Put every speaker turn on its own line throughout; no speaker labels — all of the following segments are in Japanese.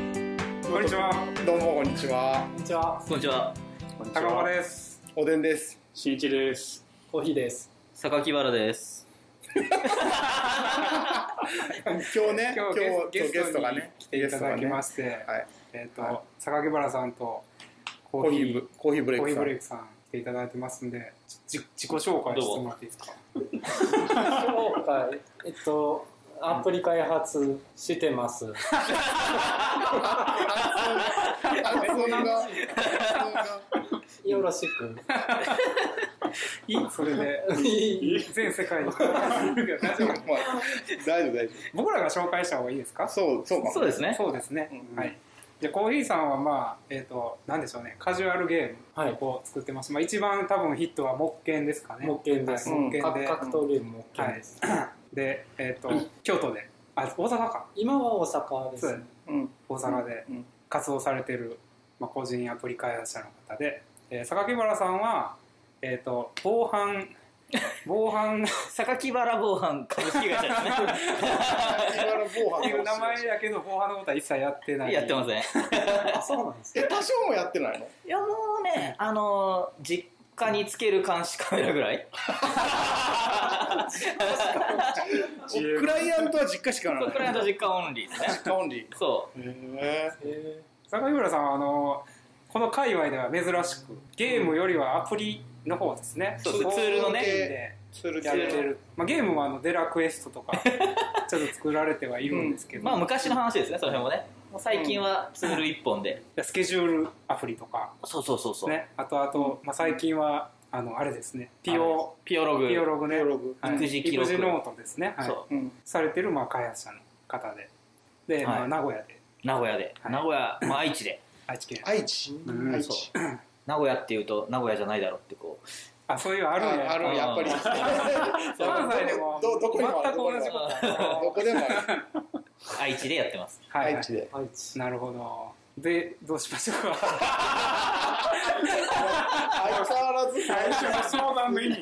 にちは。
どうもこんにちは
こんにちは。
こんにちは
高尾です。
おでんです
しんいちです。
コーヒーです。
榊原です
今日ね
今日ゲスゲストがね
来
来ていただきまして、
はい
えっ、と、
はい
榊原さんとコ
コ
ー
ー
ヒ
ヒ
ー
ーブコーヒーブレイ
コー
クさん
ヒーブレイクさん来ていただいてますんで、じ自己紹介してもらっていいですか。
今回、えっと、アプリ開発してます。
発音が発音が
よろしく。
それで全 世界に大丈夫
まあ大丈夫大丈
僕らが紹介した方がいいですか
夫。そうそうかも
そうですね
そうですね。
うん
はい。じゃあコーヒーさんはまあえっ、となんでしょうねカジュアルゲームをこう作ってます。まあ一番多分ヒットは木剣ですかね。
木剣です
はい木
か
剣で。
格闘ゲームも OK です。
で、えっ、と、京都で、あ、大阪か。
今は大阪で
そう
す
だね。
うん
大阪で
うん
活動されてる、まあ、個人アプリ開発者の方で、えー、榊原さんは、えっ、と、防 犯、防犯っ
榊原防犯株式会社で
榊原防犯
ていう
の
名
話
前やけど、防犯のことは一切やって
す
な
ね
い。
やってません
あ、そうなんです
え
ね。
多少もやってないの
いやもうねあのー実家につける監視カメラぐら い
自由
クライアントは実家しかな
そう
い
クライアント実家オンリーですね
実家オンリー
そ
へ
え
榊原さんは、あの、この界隈では珍しく、ゲームよりはアプリの方ですね。
そうツールのね
で
ーそれ
やってる。まあ、ゲームはあのデラクエストと か、ちょっと作られてはいるんですけ
う
ど、
まあ昔の話ですねその辺もねもう最近はツール一本で、
スケジュールアプリとか、
そうそうそうそう、
ね、あとあと、まあ、最近は、あの、あれですね、ピ
あ
オ、
ピオログ
ピオログね、
ピオログ
はい
育児記録
育児ノートですね、はい、
そ
うん
されてる、まあ、開発者の方で、で、ま
は
あ、
い
名古屋で、
う名古屋で、
はい
名古屋、まあ、愛知で
愛知県。
愛知
うん
愛
そ
知
名古屋っていうと名古屋じゃないだろうってこう
あ、そういうのあるんや。
あるやっぱり
関西でも、
どどこにもあ
全
る
く同じこと
どこでもある
愛知でやってます
はい、は
愛
い
知。で
愛知。
なるほど。で、どうしましょうか。
相変わらず最初の
相談の意味。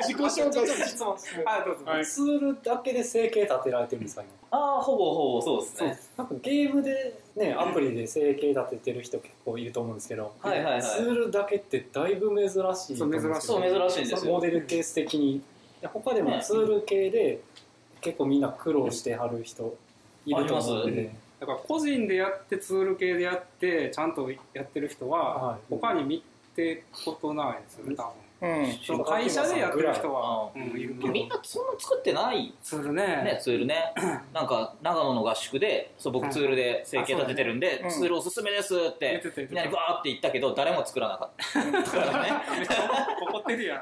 自己紹介し
質問して
あ、どうぞ。
はい
ツールだけで生計立てられてるんですか、今。
ああほぼほぼそうですね
なんかゲームでね、アプリで生計立ててる人結構いると思うんですけど、
はいはいはい
ツールだけってだいぶ珍しいと思うんですよね
そう珍しい
そう珍しいんです
モ
よ
デルケース的にいや他でも
ね
ツール系で結構みんな苦労してはる人いると思うん
あり
で
だから個人でやってツール系でやってちゃんとやってる人
は
はい他に見てことないですよね多
うん
分会社でやってる人は、
う
うん、いるけど
みんなそんな作ってない
ツールね
ね、ツールね、なんか長野の合宿で、そう
う
僕
ん
ツールで整形立ててるんで、
うん
ツールおすすめですっ
言ってて、た言
み
って
んな
た
にバーって言ったけど、誰も作らなかった。作らな かったね
怒って るやん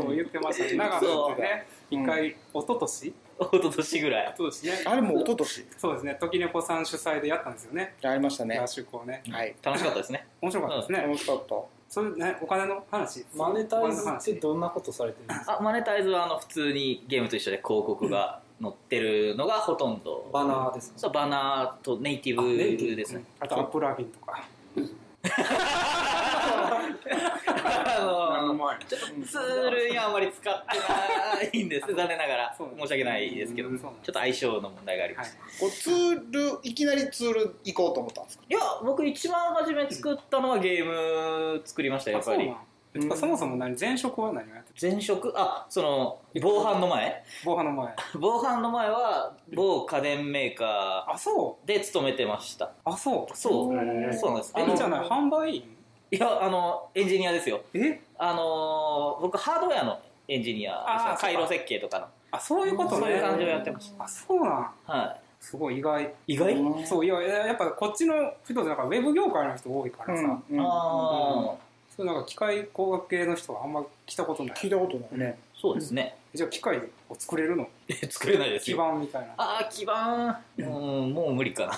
そう言ってましたね長野ってね
そう
一回一昨年一
一昨年ぐらい。
昨年ね
あれも一昨年
そうですね時猫さん主催でやったんですよね
やりましたね
合宿をね
はい
楽しかったですね。
面白かったですね、
楽しかった
それねお金の話
マネタイズって
話
どんなことされてるんですか
あマネタイズはあの普通にゲームと一緒で広告が載ってるのがほとんど。
バナーですか
そうバナーとネイティ
あネイティ
ブ
ブ
ですね。
あとアップラビンとか
あの
前
ちょっとツールにはあまり使ってないんです、残念ながら。
そう
申し訳ないですけど、
う
ち
ん
ょ
そう
っと相性の問題がありま
は
し
い
た。
こうツールいきなりツール行こうと思ったんですか
いや、僕一番初め作ったのはゲーム作りましたよ、や
あ
っ
そ
ぱ
う
り
な。んそもそも何前職は何をやってる
前職、あ、その、防犯の 前
防犯の前
防犯の前は某家電メーカ
あそう
ーで勤めてました。
あそう
そう。そうなんです。あ
えいいじゃ
の、
ない販売員
いや、あの、エンジニアですよ。
え
あのー、僕ハードウェアのエンジニア
あー
ですね回路設計とかの。
あそういうことね
そういう感じをやってまし
あそうなん
た。は
すごい意外
い。意外あ
うん
そういややっぱこっちの人ってなんかウェブ業界の人多いからさ、
うんうん
あ
そういうなんか機械工学系の人はあんま来たことない
聞いたことないね
ー、そうですね。
じゃあ機械を作れるの
え作れないです
基
よ。
盤みたいな
あー、基盤。うん、もう無理かな。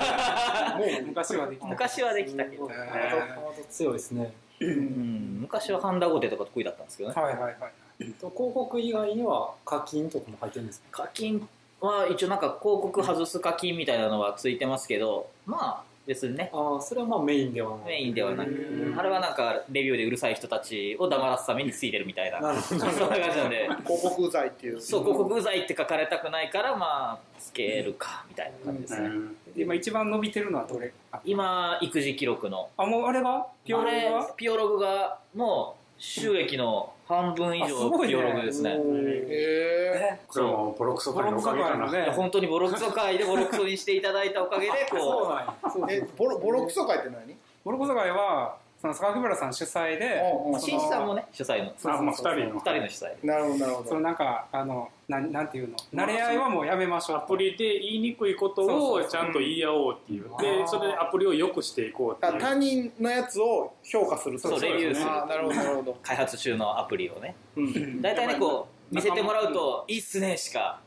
もう
昔はできた
昔はできたけど。
ハード強いですね
うん、昔はハンダゴテとか得意だったんですけどね。
はいはいはい
と広告以外には課金とかも入ってるんですか
課金は一応なんか広告外す課金みたいなのはついてますけどまあ別にね
ああそれはまあメインではない
メインではない
うん
あれはなんかレビューでうるさい人たちを黙らすためについてるみたいな
なるほ
そんな感じなので
広告罪っていう
そう広告罪って書かれたくないからまあつけるかみたいな感じですね、
今一番伸びてるのはどれあ
今育児記録の
あもうあれがピオロ
あれ
エは
ピオログがもう収益の半分以
あすごい
上ピ
ね
オログですね
へえ
それはもうボロクソ
ボ
界
ロ
の
ク
お
ソ
かげ
界
かな
の
いや
ね
本当にボロクソ会でボロクソにしていただいたおかげで
そう
こ
なんやそう
ー、えボロボロクソ会って何
ボロクソ会はその榊原さん主催で
うんうん
う新一さんもね主催の
そうそうそう
あまあ二人
二
の
人の主催
なるほどなるほ
そ
ど
のなんかあのなんなんていうの慣れ合いはもうやめましょう
アプリで言いにくいこと
そう
を
そう
ちゃんと言い合おうっていう
うん
でそれでアプリを良くしていこう
あ
っていう
他人のやつを評価する
そうレビューする
あーなるほどなるほど
開発中のアプリをね
うん
大体ねこう見せてもらうと「いいっすね」しか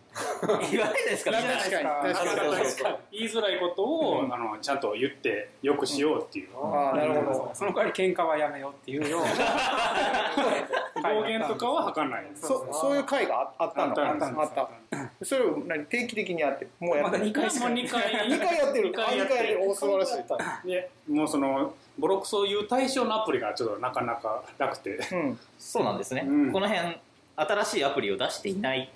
言わないですからね
確かに確
あ
か
そう
に
そうそう
言いづらいことを、あのちゃんと言って良くしようっていう、
ああなるほど
その代わり喧嘩はやめようっていうような
暴言とかは吐かないです
そそういう会がああった
あっ
の
た
あったんです
あったそれを何定期的にやってもうや
ま
って
だ
る
2回しか
もう2回
二回やってる
二回やっ
あ二回
て
やって
る
るお素晴らしい
でもうそのボロクソを言う対象のアプリがちょっとなかなかなくて
うん
そうなんですね
うん
この辺新しいアプリを出していない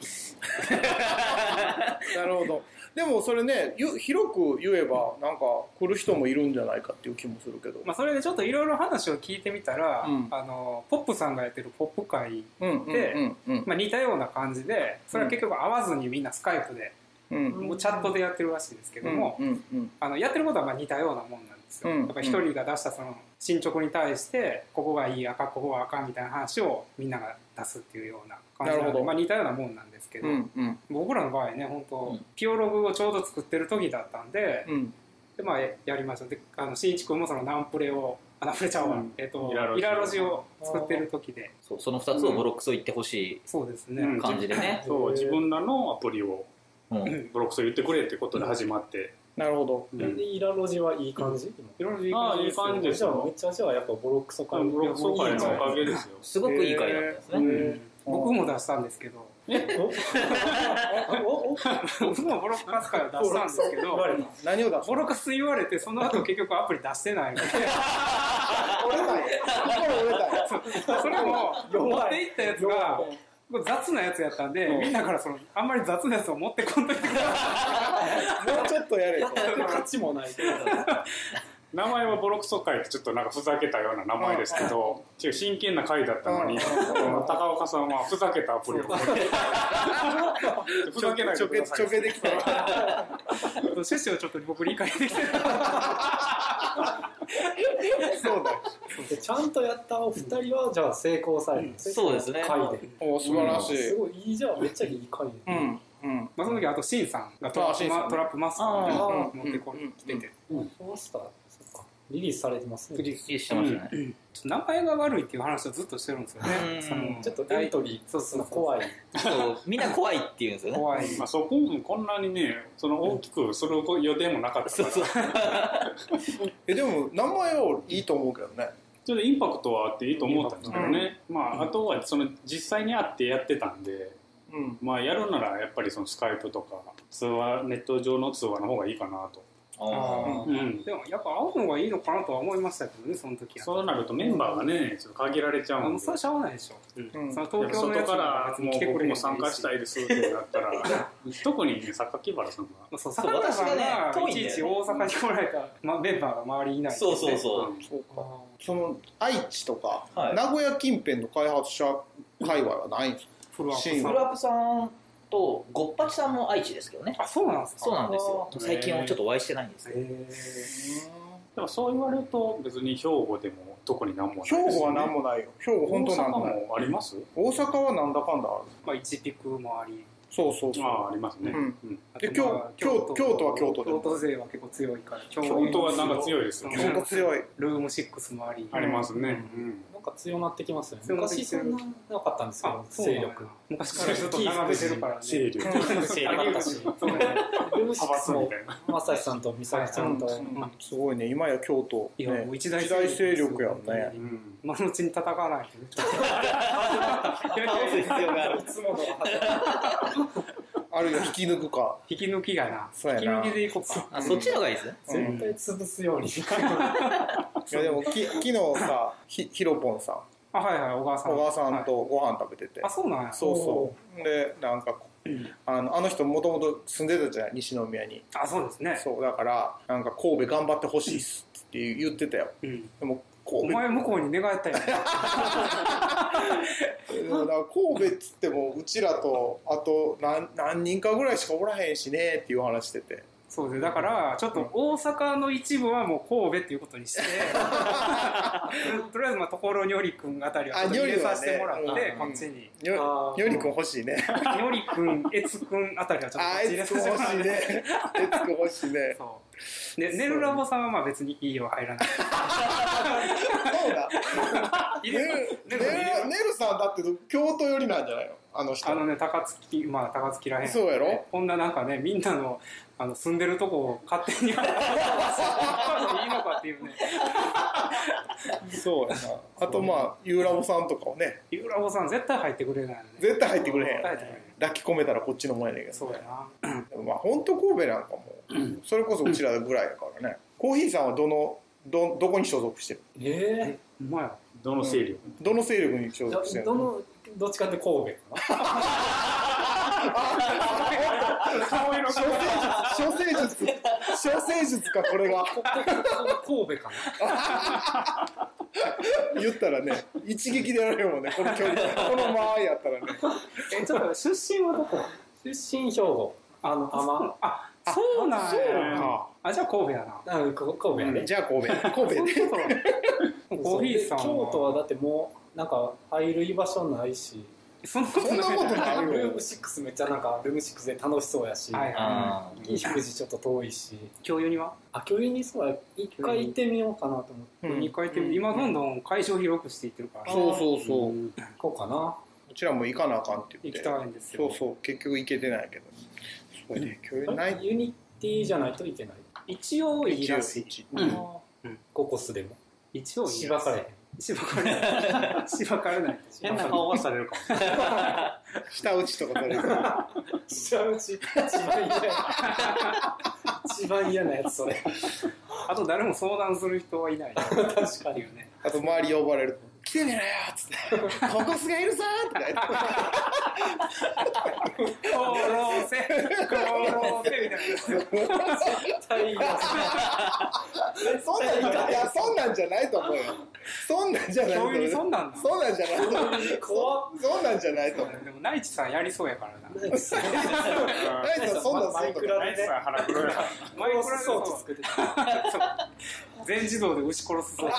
なるほどでもそれねゆ広く言えばなんか来る人もいるんじゃないかっていう気もするけど
まあそれでちょっといろいろ話を聞いてみたら、
うん
あのポップさんがやってるポップ会、
うんうん
で
うんうん
まあ、似たような感じでそれは結局会わずにみんなスカイプで、
うん
もうチャットでやってるらしいですけども、
うんうん
あのやってることはまあ似たようなもんなんですよ、
うん
やっぱ一人が出したその進捗に対してここがいい赤ここは赤みたいな話をみんなが出すっていうような感じな
な
の
るほ
で
ど
まあ、似たようなもんなんですけど、
うんうん
僕らの場合ね本当、
うん
ピオログをちょうど作ってる時だったんで,、
うん
でまあ、やりましたであの新一君もそのナンプレをあナンプレちゃうわ、
うん
えっと
イラロジ
イラロジを作ってる時で
そうその2つをボロクソ言ってほし
そうですね、
うん
い感じでね
そう自分らのアプリを
うん
ボロクソ言ってくれってことで始まって、
なるほど
うん
でイラロジはいい感じ
イラロジ
ああいい
感
感
じで
じですす
じゃあめっちゃじゃあやっぱボロクソ会
ボロクソ会のおかげですよ
すごくいい回だったんですね
うん僕も出したんですけど
おおお
僕もボロカスから出したんですけ ど
何を出す
ボロカス言われてその後結局アプリ出してないので
折れたい心折れたい
それも持っていったやつが
弱
雑なやつやったんでみんなからそのあんまり雑なやつを持ってこんといてくださ
もうちょっとやれと
価値もない
名前はボロクソ会ってちょっとなんかふざけたような名前ですけどちょっと真剣な会だったのに
うん
高岡さんはふざけたアプリを持ってふざけない
ち
で
ょ
く
け
ださ
ち
い
ょけできた
い趣旨をちょっと僕理解できてない
そうだよ
でちゃんとやったお二人はじゃあ成功されるんですね
そうですね
会で
お素晴らしい
すごいいいじゃんめっちゃいい会で
うんうん
まあその時あとシンさんがトラップ
あシンさん
マ
ね
トラップマスター
あ
を
ー
持ってこ
うん
来てて
ポスターそっかリリースされてますね
リリー
いいしてましたね
ちょっと名前が悪いっていう話をずっとしてるんですよ
う
ね
ん
その
ちょっとエントリー
そうそうそう
怖い
そうみんな怖いって言うんですよね
怖い
まあ、そこもこんなにねその大きくそれを予定もなかったから
えでも名前はいいと思うけどね
ちょっとインパクトはあっていいと思ったんですけどね、まあ、あとはその実際に会ってやってたんで、
うん
まあ、やるならやっぱりそのスカイプとか通話ネット上の通話の方がいいかなと、
あー
うでもやっぱ会うのがいいのかなとは思いましたけどねその時は
そうなるとメンバーがねちょっと限られちゃ
あ
うん
の
で
それはしゃあないでしょ
うん
その
やっ
東
ぱ
京のや
外
つ
か
が
ら
別に
も
来
う
てく
僕
れ
も参加したいですってなったら特にね榊原さんが
まあそう坂田さんが
私がね遠
い
いんだよね
ちいち大阪に来られた、ま、メンバーが周りにいないんで
そうそうそう
うん
そうかその愛知とか、
はい
名古屋近辺の開発者界隈はないんですか
フルアップ
シーン
フルアップさんとごっぱちさんも愛知ですけどね
あそうなんですか
そうなんですよ
あー
最近はちょっとお会いしてないんですけど
へ
でもそう言われると別に兵庫でも特に何もないですよね
兵庫は何もないよ兵庫本当なんもない
大阪もあります
大阪はなんだかんだある
ーまあ一ピクもあり
そうそうそう
ああありますね、
うん
うん
あと
で
まあ
京京京都は京都で
京都勢は結構強いから
京都はなんか強いですよね
京都強い
ルーム6もあり
ありますね、うん
なんか強なってきますよね
強なって
昔
きて
そ
る
んななかったんですけ
あ
ど
そう
勢
なんや
力
昔からずっと眺めてるからね
勢力
勢力だった し
そう
ル
ね
ムシ
派
ックス
閥み
も
たいな
まさしさんと美咲ちゃんと
うんすごいね今や京都
いやもう
ね
一大
一大勢力やもんね
本当に今のうちに叩かないと ね
倒す必要がある
いつもの
あるいは引き抜く か。
引き抜きがな
そうや
引き
な
抜きでいこうか
あ、そっちの方がいいですね。
うん
絶対潰すように。
いやでも き昨日さひひろぽんさん
あはいはい小川さん
小川さん
はい
とご飯食べてて、
あそうなんや
そうそうでなんかこあのあの人もともと住んでたじゃない西宮に
あそうですね
そうだからなんか神戸頑張ってほしいっすって言ってたよ
うん
でも
お
神戸
前向こうに寝返ったり
でもな神戸っつってもうちらとあと何何人かぐらいしかおらへんしねっていう話してて
そうですだからちょっと大阪の一部はもう神戸っていうことにして とりあえずまあ所にょりくんあたりは
あ
ちょっと入れ
にょりはね
させてもらって
うん
こっちに
よ
あー
よりくん欲しいね
よりくん、えつくんあたりはちょっとこ
あ
っ
ー
ち
え
入れ
つくん
させても
欲し
ら
い
って
ねえつくん欲しいね
そうで寝るラボさんはまあ別にいいよ入 らない
そうだ
入
ね
れ
るねるねるさんだって京都寄りなんじゃないのあの人
あのね高槻まあ高槻らへん
そうやろ
こんななんかねみんなのあの住んでるとこを勝手にいいのかって いうね
そうやなあとまあゆうラボさんとかをね
ゆうらぼさん絶対入ってくれないよね
絶対入ってくれへん
絶対入ってくれない
抱き込めたらこっちのもんやねんけ
そうやな
どまあ本当神戸なんかもそれこそうちらぐらいだからねコーヒーさんはどのどどこに所属してる
え
ほんまや
どの勢力、
どの勢力に所
ー
属して
ど
るの
どの、どっちかって神戸か
顔色
処世術処世術かこれが
なこ神戸かな
言ったらね一撃でやられるもんねこの距離この間合いやったらね
え、ちょっと出身はどこ出身兵庫。あの、浜。
あそうなん
そう
や
やな
あじゃあ神戸やな
あこ神戸やね。
じゃあ神戸神戸
そう
で
いうことコーヒーさんは
で京都はだってもう、なんか入る居場所ないし。
そんなこ
そんなこと
とない
な
ル
い
ー
よ
ム6めっちゃなんかルーム6で楽しそうやし、
はい
あ
は
ー
い
いい食事ちょっと遠いし
共有には
あ距離にそうや一回行ってみようかなと思って
うん
2回って今どんどん会場広くしていってるから
そうそうそう、う
うん
行こうかな
ちらも行かなあかんって言っ
行
て
きたいんです
そ
よ
うそう結局行けてないけどすごいね距離ない
ユニティじゃないといけない、
一応いいらしい
あー
うん
ココスでも
一応いいらしい
しばかれへん
しばかれないしばかれない
変な顔
ばされるかも
下打ちとかされる
一番うち一番嫌な一番嫌なやつそ れ
あと誰も相談する人はいないっ
確か
て
に
いうね
あと周り呼ばれる「来てねえなよ」っつって「ココスがいるぞ」とか言って
絶対嫌
そ
「殺せ殺せ」みたいな
んなんいやそんなんじゃないと思うよそんなんじゃないと思
共有
う
にそ
そ
んなんなん
んなんじゃないと思う
怖っ
そんなんじゃないと思う
でも内地さんやりそうやからな
ないですね
大地さんそんなん
マ
す
イ
んの
クラ
ナ
で
イス
ね
さん腹黒いな
マイクラ
殺
で
す
そ
装
う
置作って
全自動で牛殺すぞ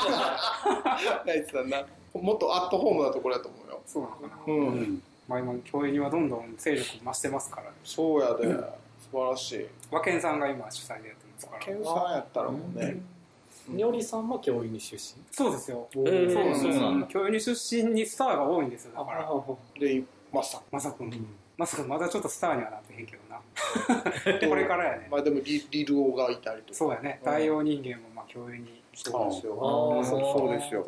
大地さんなもっとアットホームなところやと思うよ
そうなのかな
う
うんん
まあ今共有にはどんどん勢力増してますから
そうやで素晴らしい
和健さんが今主催でやってますから
ケンさんやったらもうね
にょりさんも教員に出身
そうですよ
お
ー
そ
そ
う
う
な
なんん
だ
です共有に出身にスターが多いんですよだから
でマスタ
まさく
うんん
まさくんまだちょっとスターにはなってへんけどなこれからやね
まあでもリリルオがいたりとか
そうやね
うん
大王人間もまあ共有に
そうですよ
あー
そうそうですよ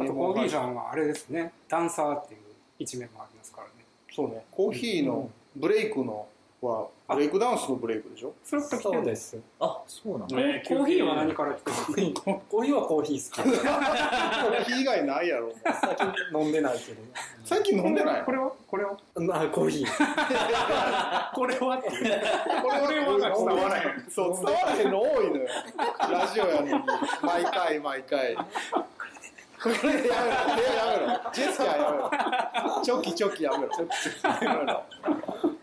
あとコーヒーさ
ん
んはあれですねダンサーっていう一面もありますからね
そうねコーヒーのブレイクのはブレイクダンスのブレイクでしょ
それから来て
そう
る
です
あ、そうなんだ。
ね
コーヒーは何から来てる
コーヒーはコーヒー好き
コーヒー以外ないやろもう
最近飲んでないけど
最近飲んでない
これはこれは
あコーヒー
これはっていう
これ
はなんか伝わらへん
そう伝わらへんの多いのよラジオやのに毎回毎回これでやめろ手やめろジェスチャーやめろチョキチョキやめろチョキチョキやめろ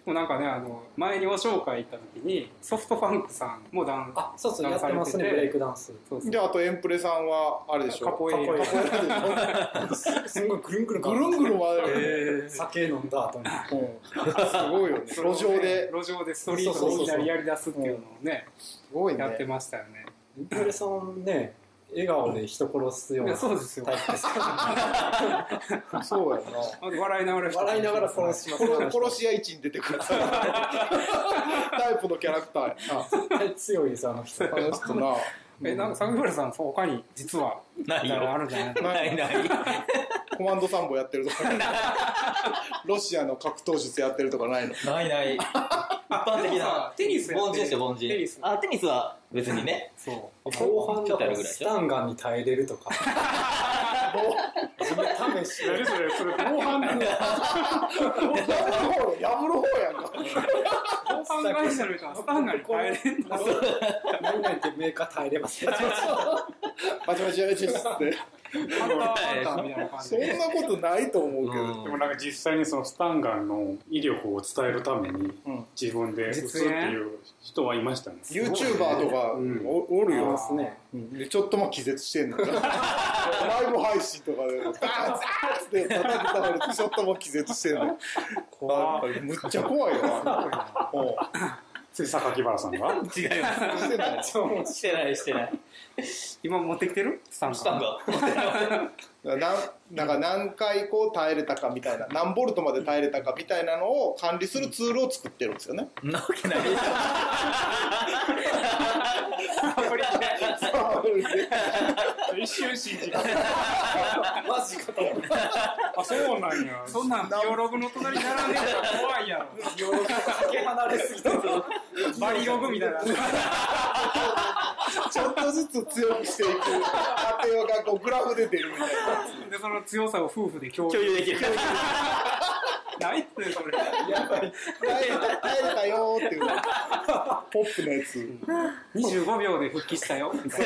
もうなんかねあの前にお紹介行った時にソフトファンクさんもダン
あそうそうやってますねブレイクダンス
そうそう
であとエンプレさんはあれでしょ
カポエイラ
カポエイ
カポエイラです
ごいぐるんぐるん
しょぐるんぐる回る、
酒飲んだ後に
うんすごいよね路
それをね
上で
路上でストリートでいきなりやりだすっていうのをね
すごい
やって
ね
ましたよね
インプレさんね笑顔で人殺すよう
い
な
や
タ
そうですよ
イプですから
そうや
あと笑いながら
笑いながら殺します
な殺殺し屋一に出てくるタイプのキャラクターやな
絶対強いですあの人
あの人な
えなんか坂村さんそう他に実は
ない
みたいなのあ
よ。
るじゃないですか
ないない。
コマンド参謀やってるとかロシアの格闘術やってるとかないの
ないない。般的な。
テニスや
凡
ってる
人ですよ、凡人。
テニス
あ、テニスは別にね。
そ
後半
ちょ
だ
っ
から
とやるぐらいで
ス
しょ。
タンガンに耐えれるとか自分試し
何それそれ後半の
破る方や破る方やんか
う後半会社の人はスタンガンに変えれんの
何々ってメーカー耐えれます
バチバチやれてるっつって
ハンターハンターみたいな感じ
そん
で
なことないと思うけど、
でもなんか実際にそのスタンガンの威力を伝えるために
うん
自分で打つっていう人はいましたね。
ユーチューバーとか
うん
おおる
い
よ
ま、すね
うんでちょっとも気絶してんのライブ配信とかでバーンザーンって叩きたがるちょっとも気絶してんの
怖
あむっちゃ怖いわお
それ榊原さんが
違いま
うしてない
す。してない、してない。
今持ってきてるスタン
スタ
ガ
ン
ン
な
が。
んなんか何回こう耐えれたかみたいな何ボルトまで耐えれたかみたいなのを管理するツールを作ってるんですよね
なわけないでしょ。
一瞬信じかけ
マジかと思って
あ、そうなんや。
そんなんビオログの隣並んでたら怖いやろ
かけ離れすぎてる
バリログみたいな
ちょっとずつ強くしていく過程がこうグラフで出るみたいな
でその強さを夫婦で共
共
有
有できる。
ないってそれ
やばい
耐えた耐えたよーっていうポップのやつ
25秒で復帰したよみたいな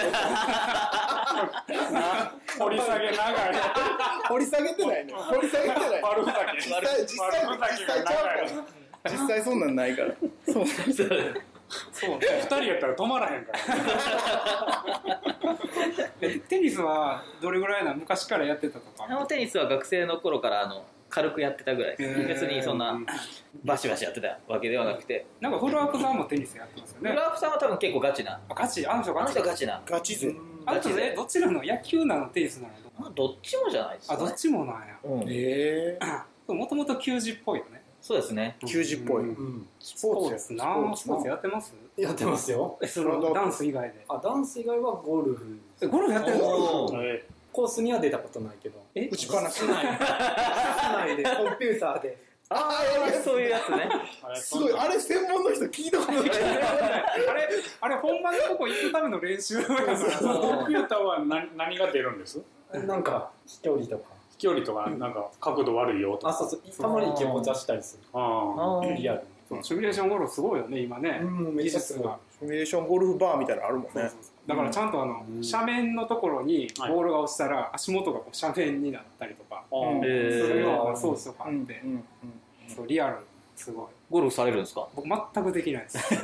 掘り下げながら、
掘り下げてないね掘り下げてない
丸ふざけ。
実際実際
悪ふざけ
実際ちゃうから実際そんなんないからそう
そう
二人やったら止まらへんから。
えテニスはどれぐらいなの昔からやってたと
あの
か
テニスは学生の頃からあの軽くやってたぐらいです。別にそんなバシバシやってたわけではなくて、
なんかフルアップさんもテニスやってますよ
グ
ね
ラーフさんは多分結構ガチな。
あガチあの人
あ
ガ
の
チ
人はガチな。
ガチ勢
あの人えどっちなの野球なのテニスなの
まあどっちもじゃないです
あ
か、
どっちもなんや
うん。
ええ
もともと球児っぽいよね
そうですね。
90っぽい
うん
うん
ス
スポーツなスポーツやってます
やってますよ
えそのダンス以外で
あダンス以外はゴルフ
えゴルフやってるの
おー
え
コースには出たことないけど
え
打ちっぱなし
室内室内でコンピューターで
ああやばい
そういうやつね。
あれ
すごいあれ専門の人聞いたことない
あれあれ本番のとこ行くための練習やつ
そのコンピューターは何何が出るんです
なんか飛距離とか
飛距離とか、なんか角度悪いよと
あ
か。
そうそうたまに池持ちゃしたりする
あ
あ
リアル
シミュレーションゴルフすごいよね今ね、
うんめっちゃすごい
シミュレーションゴルフバーみたいなのあるもん
そうそう
ね
そうだからちゃんとあの、斜面のところに
はい
ボールが落ちたら足元がこう斜面になったりとか
あ。ああ
うん
え
するような
へー
装置とかあって、
うん
そうリアルすごい
ゴルフされるんですか
僕全くできないです
ゴ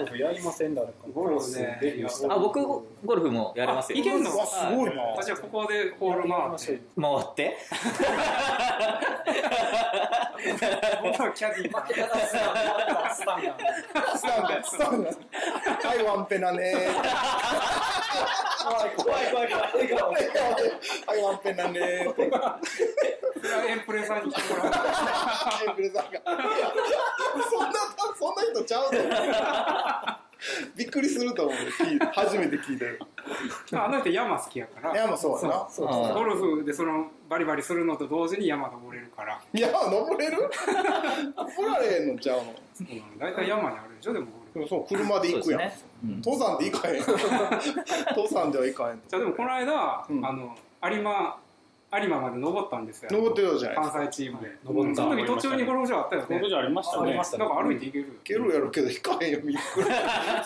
ルフやりませんだろ
ゴルフね
デビューした
あ、僕、ゴルフもやれますよ。
あいけんの
うわすごいな
私はここでホール回って
回って。
僕は キャディーか
スタンガン
スタンガンスタンガンはいワンペナね
怖い怖い怖い怖い笑顔
はいワンペナね
らエンプレさんに来てもらう
エンブレさんがそんなそんな人ちゃうのびっくりすると思う聞い初めて聞いたよ
あの人山好きやか
い
ら
やもうそうやな
そう
あ
ゴルフでそのバリバリするのと同時に山登れるから
山登れる登られへんのちゃうの
そうなの大体山にあるでしょでもゴルフ
でもそう車で
そう
行
で
く
す
やん、
ね。うん
登山で行かへん登山では行かへんと
じゃあでもこの間、
うん
あの有馬有馬まで登ったんですよ
登ってたじゃない
関西チームで
登った
その時途中にゴルフ場あったよ
ここ
ね
じゃありました
あり
ね
ま。した
なんか歩いて行けるよ
行けるやろうけど行かへんよびっくり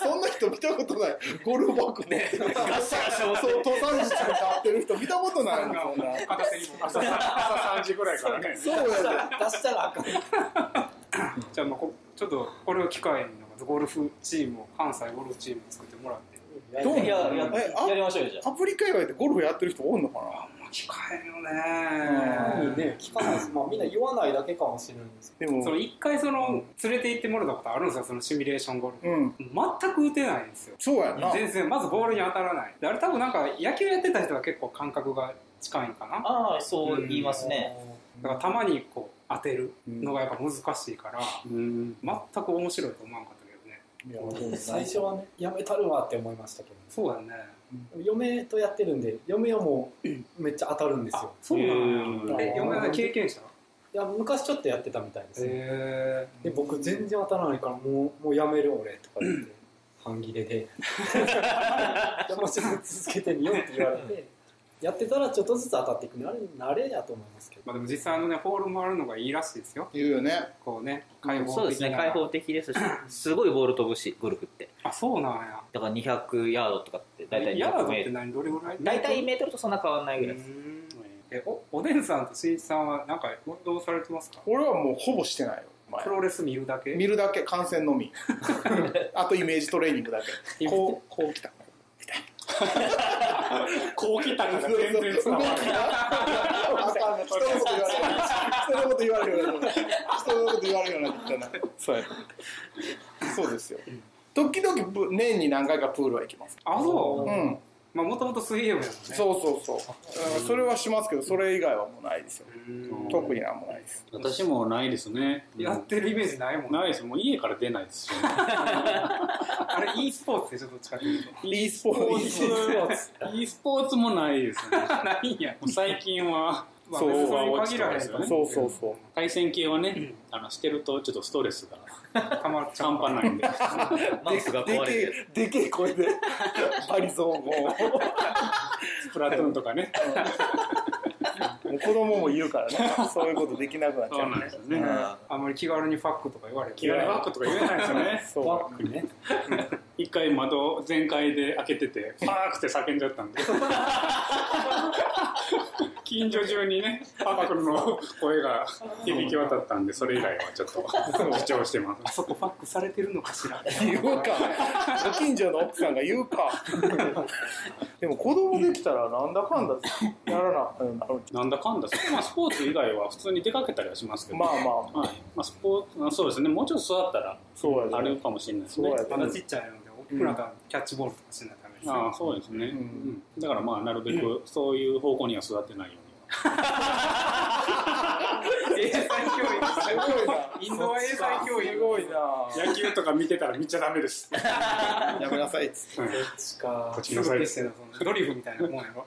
そんな人見たことないゴルフバッグ持って、そう登山口に立ってる人見たことないもんそんな
片手にも
朝朝3時ぐらいからね。
そうやで
出したらあかん
じゃあまあこちょっとこれを機会になんかゴルフチームを関西ゴルフチーム作ってもらって
どう
いや、や
えあ
やりましょうよ、じゃあ。
アプリ界隈でゴルフやってる人おんのかな
あんま機会よ
いい
ね
ね聞かないですまあみんな言わないだけかもしれないです
でも
その一回その連れて行ってもらったことあるんですよそのシミュレーションゴルフ
うん
全く打てないんですよ
そうやんな
全然まずボールに当たらないであれ多分なんか野球やってた人は結構感覚が近いんかな
ああ、そう言いますね。
だからたまにこう当てるのがやっぱ難しいから、
うん。
全く面白いと思わなかったけどね
いやでも
最初はねやめたるわって思いましたけ
そうだね
ど嫁とやって るんで嫁はもうめっちゃ当たるんですよ
そうなのよ
うん
え嫁はね経験者
いいや昔ちょっとやってたみたいですね、
え
で僕全然当たらないからもうもうやめる俺とか言って半切れ でいやもうちょっと続けてみようって言われてやってたらちょっとずつ当たっていくねあれ慣れやと思いますけど
まあ でも実際あのね、ホールもあるのがいいらしいですよ。
言うよね
こうね、開放的な。
そうですね、開放的ですし、すごいボール飛ぶし、ゴルフって。
あ、そうなん
だから200ヤードとかって、だいた
や。
い
ヤー
200
ドっ
メ
て
ートル。
何どれぐらい
だいたいメートルとそんな変わらないぐらいです。
うんえおおでんさんとしんいちさんはなんか運動されてますか
俺はもうほぼしてないよ前
プロレス見るだけ
見るだけ観戦の みあとイメージトレーニングだけこうこう来た
こう来たから全然伝わらない
あかんね人のこと言われる人のこと言われるようになってきた人のこと言われるようになってきたなそうやそうですよ時々ぶ年に何回かプールは行きます
あそ
う
う、
ん
うん
まあもともと水泳部やもんね
そうそうそう、うん、それはしますけどそれ以外はもうないですよ
うん
特になんもないです
私もないですね
やってるイメージないもんね
ないですもう家から出ないですし
あれ e スポーツでしょどっちかっていうと
e スポーツ
e スポーツもないですね
ないんや
もう最近は
まあ
そう
別にそれに限らへんとね
そうそうそう
対戦系はねあのしてるとちょっとストレスが
たまっちゃう
半端ない んで
マウスが壊れてる。
でけえ声でバリゾーンをも
スプラトゥーンとかね
う子供もいるからねそういうことできなくなっち
そ
ゃ
う
う
なんですよね
うん
あんまり気軽にファックとか言われへん
気軽にバックとか言えないですよ ね
そ
バックね
一回窓全開で開けててパークって叫んじゃったん で近所中にねパークの声が響き渡ったんでそれ以来はちょっと主張してま
あ
す
そこファックされてるのかしら
う言うかご近所の奥さんが言うかでも子供できたらなんだかんだやらなあかんなる
なんだかんだ、まあ、スポーツ以外は普通に出かけたりはしますけど、
まあまあ
はいまあ、スポーツあそうですねもうちょっと育ったら
そう
あ
や
る
ね
かもしれないです
そう
ね
や
まだ
ね
ちっちゃいので大きくなったらキャッチボールとかしないとダメですね
ああそうですね、
ん
うんだからまあなるべくそういう方向には育てないよ
英才教
す
育
ごいな
インドは英才教育
すごいな
うに野球とか見てたら見ちゃダメです、
やめなさい
う
ど
ん
っちか
こっち
す
の
ぐ
サイ
で
ズ
してるそのドリフみたいなもんやろ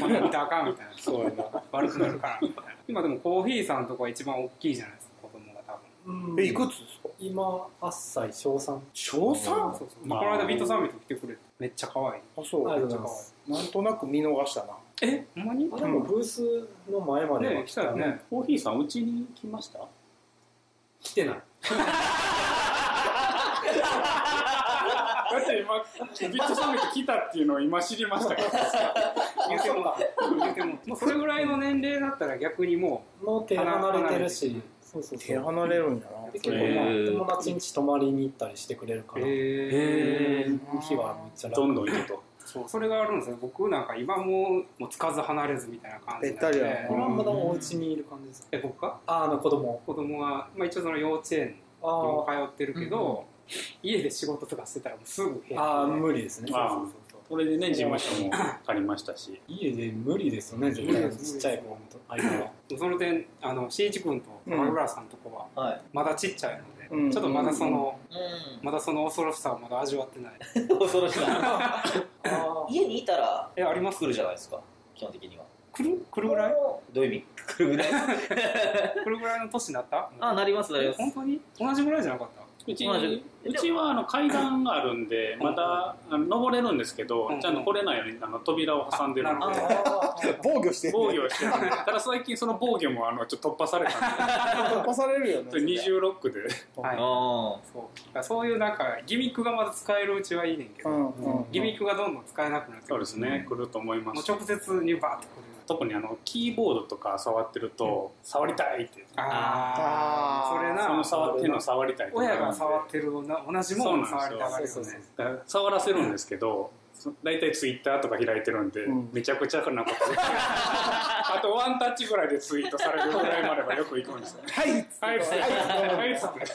まだ見たらあかんみたいな
そうやな
悪くなるからみたいな今でもコーヒーさんとこは一番大きいじゃないですか子供が多分
うん
えいくつですか
今8歳小3
小三
そうそう、
まあ
この間ビートサミット来てくれてめっちゃ可愛い
あそ
あり
う
がとうございます
なんとなく見逃したな
えほんまに
あでもブースの前までは
ね来たよね
コーヒーさんうちに来ました
来てない
だって今ビットサミット来たっていうのを今知りましたけど
言うても言うてももうそれぐらいの年齢だったら逆にも
もう手離れてるしそうそうそ
手
う
離れるんや
で
な
結構まあ
へー
友達ん家泊まりに行ったりしてくれるか
う
ら
へー
日はめっちゃ楽
どんどん行くと
そうそれがあるんですよ僕なんか今もうもうつかず離れずみたいな感じなんで
べったりや
これ
な
はまだお家にいる感じですか
え僕か
ああの子供
子供は、まあ、一応その幼稚園にも
あ
通ってるけど、家で仕事とかしてたらもうすぐ部
あああ
屋に
無理ですね
ああ
そうそうそう
これでね事務所も借りましたし
家で無理ですよね絶
無理
対
です
ちっちゃい子と相手は
その点あの新一君と高倉さんとこは
はい。
まだちっちゃいので、
うん
ちょっとまだその、
う
まだその恐ろしさをまだ味わってない
ん。 恐ろしいな。
あ
家にいたら、
えあります
来るじゃないですか、基本的には。
来る来るぐらい
どういう意味来るぐらい
来るぐらいの年になった
あ、なります、なります。
本当に同じぐらいじゃなかった
うち
同じ
うちはあの階段があるんでまたあの登れるんですけど
うん
ちゃんと来れないようにあの扉を挟んでるん
あなる
で
ほ
あ
防御してんね
防御をしてるんでただ最近その防御もあのちょっと突破されたんで
突破されるよね
それ二重ロックで
はい
あ
そうだからそういうなんかギミックがまだ使えるうちはいいねんけ
う
ど、
んうん
ギミックがどんどん使えなくなって
そうですね来ると思いま
もう
す
直接にバーッとくる
特にあのキーボードとか触ってると触りたいって
ああ
あー
それな
その触ってるの触りたいとか
親が触ってるの同じものを触りたがるよ
そうなん
ね
です
だから触らせるんですけどそ大体ツイッターとか開いてるんで、
うん
めちゃくちゃな ことであとワンタッチぐらいでツイートされるぐらいまではよく行くんですよね
はいっつって
はいっつってはいっつ
は
っ
い
て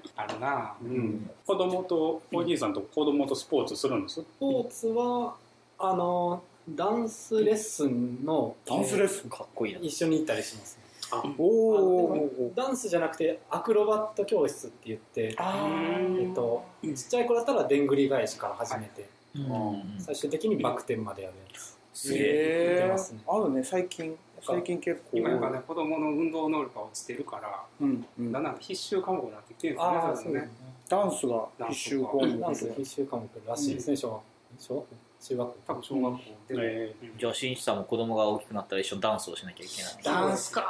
あるな
うん子供とおじいさんと子供とスポーツするんです、
スポーツはあのダンスレッスンの
ダンスレッスン
あ、かっこいいな。
一緒に行ったりしますね
お
あで
お
ダンスじゃなくてアクロバット教室って言って
あー
えっとちっちゃい子だったらでんぐり返しから始めて
うん
最終的にバク転までやるやつ
すげえ。
出てますね
あるね最近
か
最近結構多い
今やっぱね子供の運動能力が落ちてるから、
うんうん
だんだん必修科目になってきてるんですね
ああ
そ
そう
れも
です
ね
ね
ダンスが必修項目
ダンス
で
必修科目らしいですね、小学校小学校中学校
多分小学校でも、
え
うん
じゃあ、しんいちさんも子供が大きくなったら一緒にダンスをしなきゃいけない。
ダンスか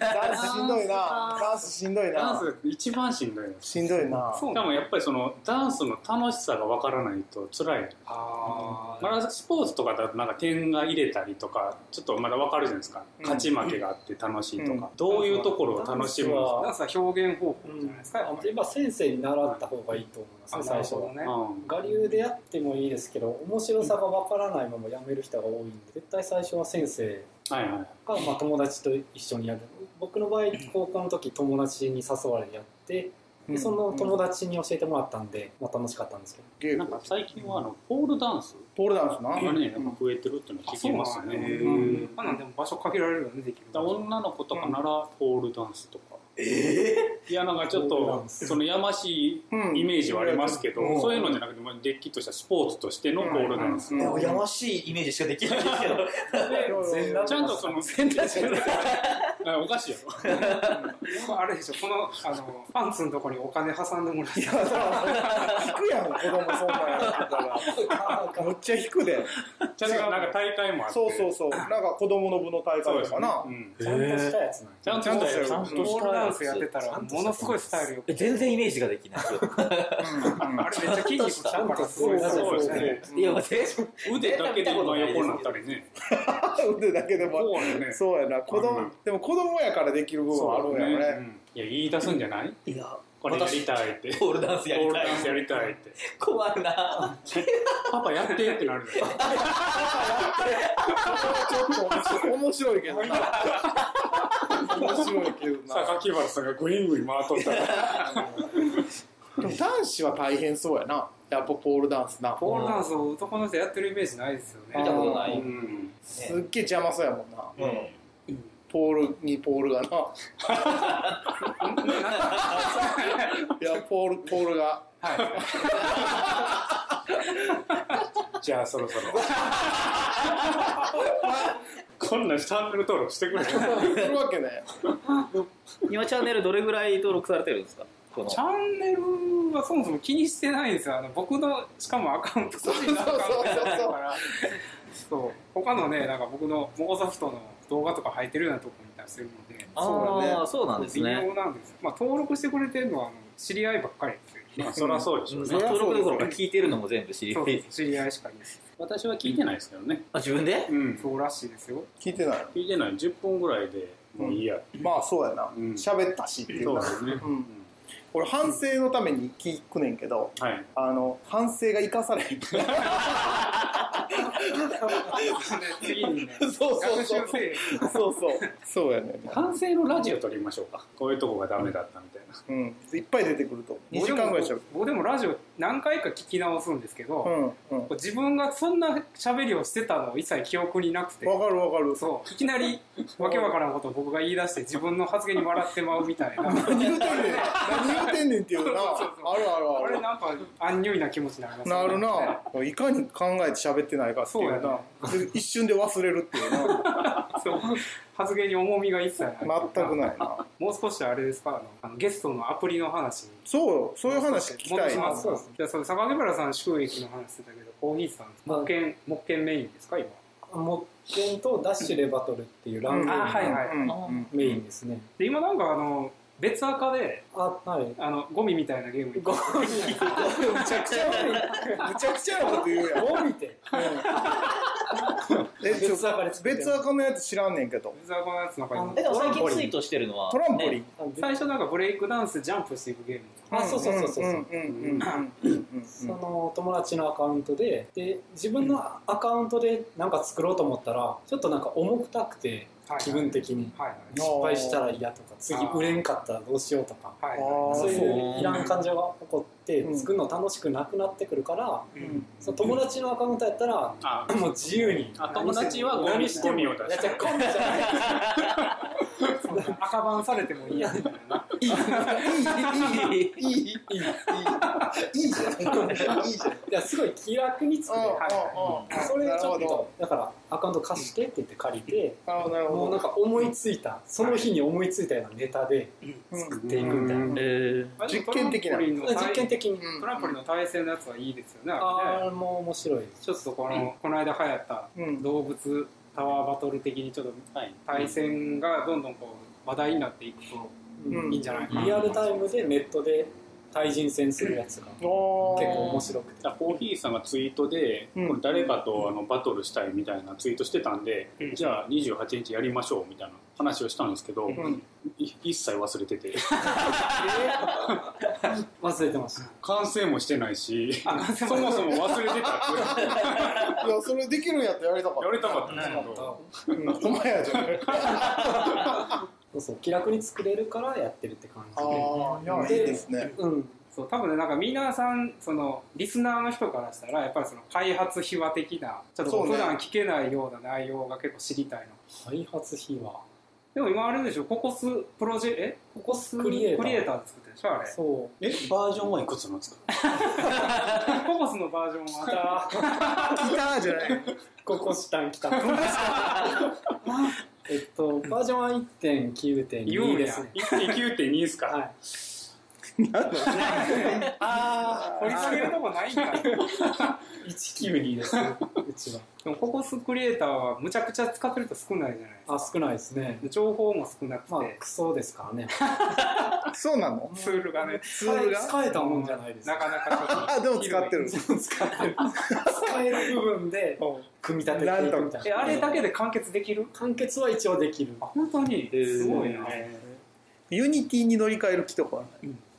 ダンスしんどいなダンスしんどい
ダン
な
ス一番しんどいです
しんどいな
そう
しかもやっぱりそのダンスの楽しさがわからないと辛い
あ
まだスポーツとかだとなんか点が入れたりとかちょっとまだわかるじゃないですか勝ち負けがあって楽しいとか、
うん
どういうところを楽し
ダンス
むの
あ
は
ダンスは表現方法
う
じゃ
ん
ないですか、やっ
あ
ぱり
今先生に習った方がいいと思います、ね最
あ最
初
初
は
だね
うん
我流でやってもいいですけど面白さがわからないままやめる人が多いんで絶対最初は先生
はいはい
か、まあ、友達と一緒にやる僕の場合高校の時友達に誘われてやってでその友達に教えてもらったんで、まあ、楽しかったんですけど
ゲー
な
ム
んか最近はあのポールダンス
ポールダンスな
あんまりねやっぱ増えてるっていうのは
あ
聞
そ
き
うな
ま
ん
す
だ
よ
ね
ね
うんまあなんでも場所限られるのでできる
だから女の子とかならポールダンスとか、いやなんかちょっ
ポールダ
と
ンス
そのやまし
うん
いイメージはありますけど、
うん
そういうのじゃなくてまあデッキとしたスポーツとしてのポールダンス、
うん
でもやましいイメージしかできないですけ ど、
全
ちゃんとその選択肢おかしいやろ
あれでしょこのあのパンツのとこにお金挟んでもらって
いやそら引くやん子供そんなんやってたらむっちゃ引くで
ちゃんとなんか大会もあって
そうそうそうなんか子供の部の大
そ
会
うで
と
す
か
ね
な、
うん
ちゃんとしたやつなんで
ちゃんとしたやつ
ちゃんとしたやつ
ポールダンスやってたらものすごいスタイルよ く
全然イメージができない。
あれめっちゃ筋肉使うからすごい
ちゃんと
そうですね
いや、まあ全然
腕だけで今横になったりね
腕だけでも
こうよね
そうやな子
あん
供
な
でも子供やからできる部分はあるんやろね
うんいや言い出すんじゃない
いや、
これやりたいって
ポールダンス
ポ
やり
ール
たい
ダ。ンスやりたいって
困るな。
パパやってってなるじゃん
ちょっと面白いけどな面白いけどな
榊原 さんがグイングイ回っとったら
でも男子は大変そうやなやっぱポールダンスな
ポールダンスを男の人やってるイメージないですよ
見た
ね
ことない。
うん
すっげえ邪魔そうやもんな
うん
ポールにポールがな いやポールポールが
じゃあそろそ ろこんなんチャンネル登録してくれチャ
するわけね
今チャンネルどれぐらい登録されてるんですかこの
チャンネルはそもそも気にしてないんですよあの僕のしかもアカウント個人のアカウントやってるからそう他のねなんか僕のモーソフトの動画とか入ってるようなとこ見たりするので
そうだ
ああ、
ね
そうなんです
微妙
ね。
なんです、まあ登録してくれてるのはあの知り合いばっかりですよ
まあそりゃそうでしょうね、
まあ登録どころか聞いてるのも全部知り
そ
合
うそう
い。
知り合いしかいないです
私は聞いてないですけどね、
あ、自分で
うん、
そうらしいですよ
聞いてない
聞いてない10分ぐらいでもういいや、
まあそうやな
うん
喋、ったしっていう
そう
か
ですね、
うん俺反省のために聞くねんけど
はい
あの反省が生かされへん
次にね
そうそう
学習
そう
せえ
そうそうそうやね
完成のラジオ撮りましょうかこういうとこがダメだったみたいな
うんいっぱい出てくると2時間ぐらいしゃべ
僕でもラジオ何回か聞き直すんですけ
う
ど、
んうん
自分がそんな喋りをしてたのを一切記憶になくて
わかるわかる
そういきなりわけわからんことを僕が言い出して自分の発言に笑ってまうみた いな
何言うてんねん何言うてんねんっていうな
そうそうそう
あるあ
あ
る
れ
ある
なんか安ュイな気持ちになります
なる
ね
ないかに考えて喋ってないかっていうなで一瞬で忘れるっていうな
そう発言に重みが一切ない
全くないな
もう少しあれですかあのあのゲストのアプリの話に
そうそういう話聞きたい
戻し
な
ますかじゃあその坂村さん収益の話してたけどコーヒーさん木剣木剣メインですか今
木剣とダッシュでバトルっていうラン
うん
ゲ
あはいはい
うん
メインですね、
で今なんかあの別アカで
あはい
あのゴミみたいなゲームに
ゴミ
むちゃくちゃむちゃくちゃなこと言うやん
ゴミって
えちょ
別アカで作ってる
別アカのやつ知らんねんけど
別アカのやつの中に
え、でも最近
トランポ
ツイ
リ
ー
ン
トしてるのは。
トランポリ
ね
ン
あ別
最初なんかブレイクダンスジャンプしていくゲーム
あそうそうそうそう
うんうんうんうんうんうん
その友達のアカウントでで自分のアカウントで何か作ろうと思ったらちょっとなんか重くたくて
はい
気分的に
はい
あー
失敗したら嫌とか次売れんかったらどうしようとか
はいはい
あー
そうい
そう
ういらん感情が起こって
うん
作るの楽しくなくなってくるから
うん
その友達のアカウントやったら
あ
もう自由に
あ友達はゴミ
何しても
ゴミを出して
いやじゃあゴミじゃない
そう赤番されてもいいやみたいな
いい、いい、いい、いい、いい、いい、いいいいじゃない。いいじゃない。
いやすごい気楽に作れる
うんうんうん
それでちょっ
なるほど
とだからアカウント貸してって言って借りて
なるほど、なる
もう
ほ
なん
ど。
か思いついたその日に思いついたようなネタで
うん
作っていくみたいな
う
えー
まあでも
実験的な
トランポリンの対
実験的に
うん
トランポリンの対戦のやつはいいですよねあれ
あ
ね
あもう面白い
ちょっとこのこの間流行った
うん
動物タワーバトル的にちょっと対戦がどんどんこう話題になっていくと
うん
いいんじゃないかな
リアルタイムでネットで対人戦するやつが結
おー
構面白くて
だからコーヒーさんがツイートで、
うん
これ誰かとあのバトルしたいみたいなツイートしてたんで、
うん
じゃあ28日やりましょうみたいな話をしたんですけど、
うん
い一切忘れて て
忘れてました
完成もしてないしそ
あ
もそも忘れてたっていう
いや、それできるんやったらやりたかった。
やりたかったんですけ
なる
ど
うんほんまやじゃん。
そうそう気楽に作れるからやってるって感じで
ああ、いや、いいですね。
うん
そう多分ねなんか皆さんそのリスナーの人からしたらやっぱりその開発秘話的なちょっ
そ
と
うね
普段聞けないような内容が結構知りたいの、
開発費は
でも今あれでしょココスプロジェえココス
クリエイター
で作ってるでしょあれ
そう
えバージョンはいくつなんですか
ココスのバージョンは
ギターじゃない。
ここしたん来た。 えっと、バージョンは1.9.2
言う
で
や
す
ん
ね。
1.9.2ですか
はい。
あ
掘り下げるとこないんかいで
192ですね、うちは。
もココスクリエイターはむちゃくちゃ使ってる人少ないじゃないですか
あ、少ないですね。
情報も少なくて、
まあ、クソですからね。
あ、そうなの。
ツールがね
ツールが。
使えたもんじゃないです
な。かなかちょっと
あ、でも使ってる。
使える。使える部分で、組み立てていくみたい
え
な。
あれだけで完結できる
完結は一応できる
あ。本当に
えー
すごいな、
ユニティに乗り換える気とか。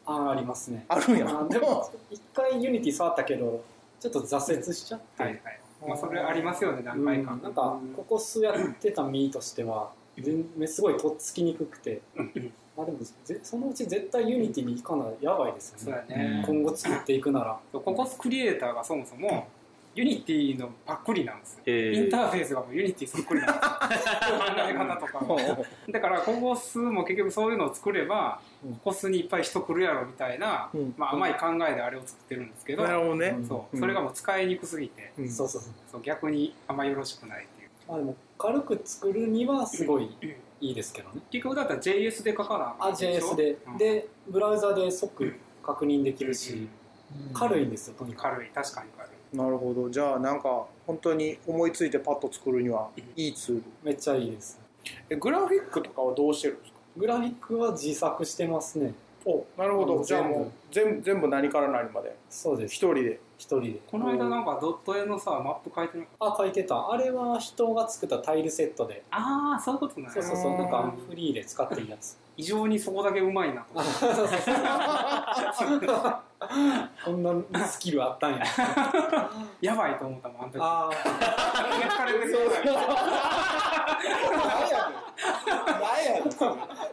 あ、ありますね。
あるんや。
あでも、一回ユニティ触ったけど、ちょっと挫折しちゃっ
はいは
て
い。まあそれありますよね何回か、
うんなんかここ数やってた身としては全すごいとっつきにくくてまあでもぜそのうち絶対ユニティに行かないやばいです
そう
よね
だね、
今後作っていくなら
ココスクリエイターがそもそもユニティのパックリなんですよ、
え
インターフェースがもうユニティそっくりなんですよ 考え方とかもだからココスも結局そういうのを作れば
うん
ココスにいっぱい人来るやろみたいな、
うん
まあ、甘い考えであれを作ってるんですけど、
なるほどね。
そう
うん
それがもう使いにくすぎて、
うん
そうそうそう
そう逆にあんまよろしくないっていう
まあでも軽く作るにはすごいいいですけどね
結局だったら JS で書かな
あ
かんしょ
JS で
うん
でブラウザで即確認できるし軽いんですよとにか
軽い確かに軽い
なるほど。じゃあ、なんか、本当に思いついてパッと作るには、いいツール。
くめっちゃいいです
え、グラフィックとかはどうしてるんですか
グラフィックは自作してますね
お、なるほど。じゃあもう、全全部何から何まで。
そうで
一
す
人で。
一人で
この間なんかドット絵のさマップ書いてなかっ
あ書いてたあれは人が作ったタイルセットで
たああそういうことね
そうそう
う
そ
ん
う、なんかフリーで使っていいやつ。
異常にそこだけうまいなと
こんなスキルあったんや。
やばいと思った もんあんた
あ
疲れて
何やね
る
ん。何やねん。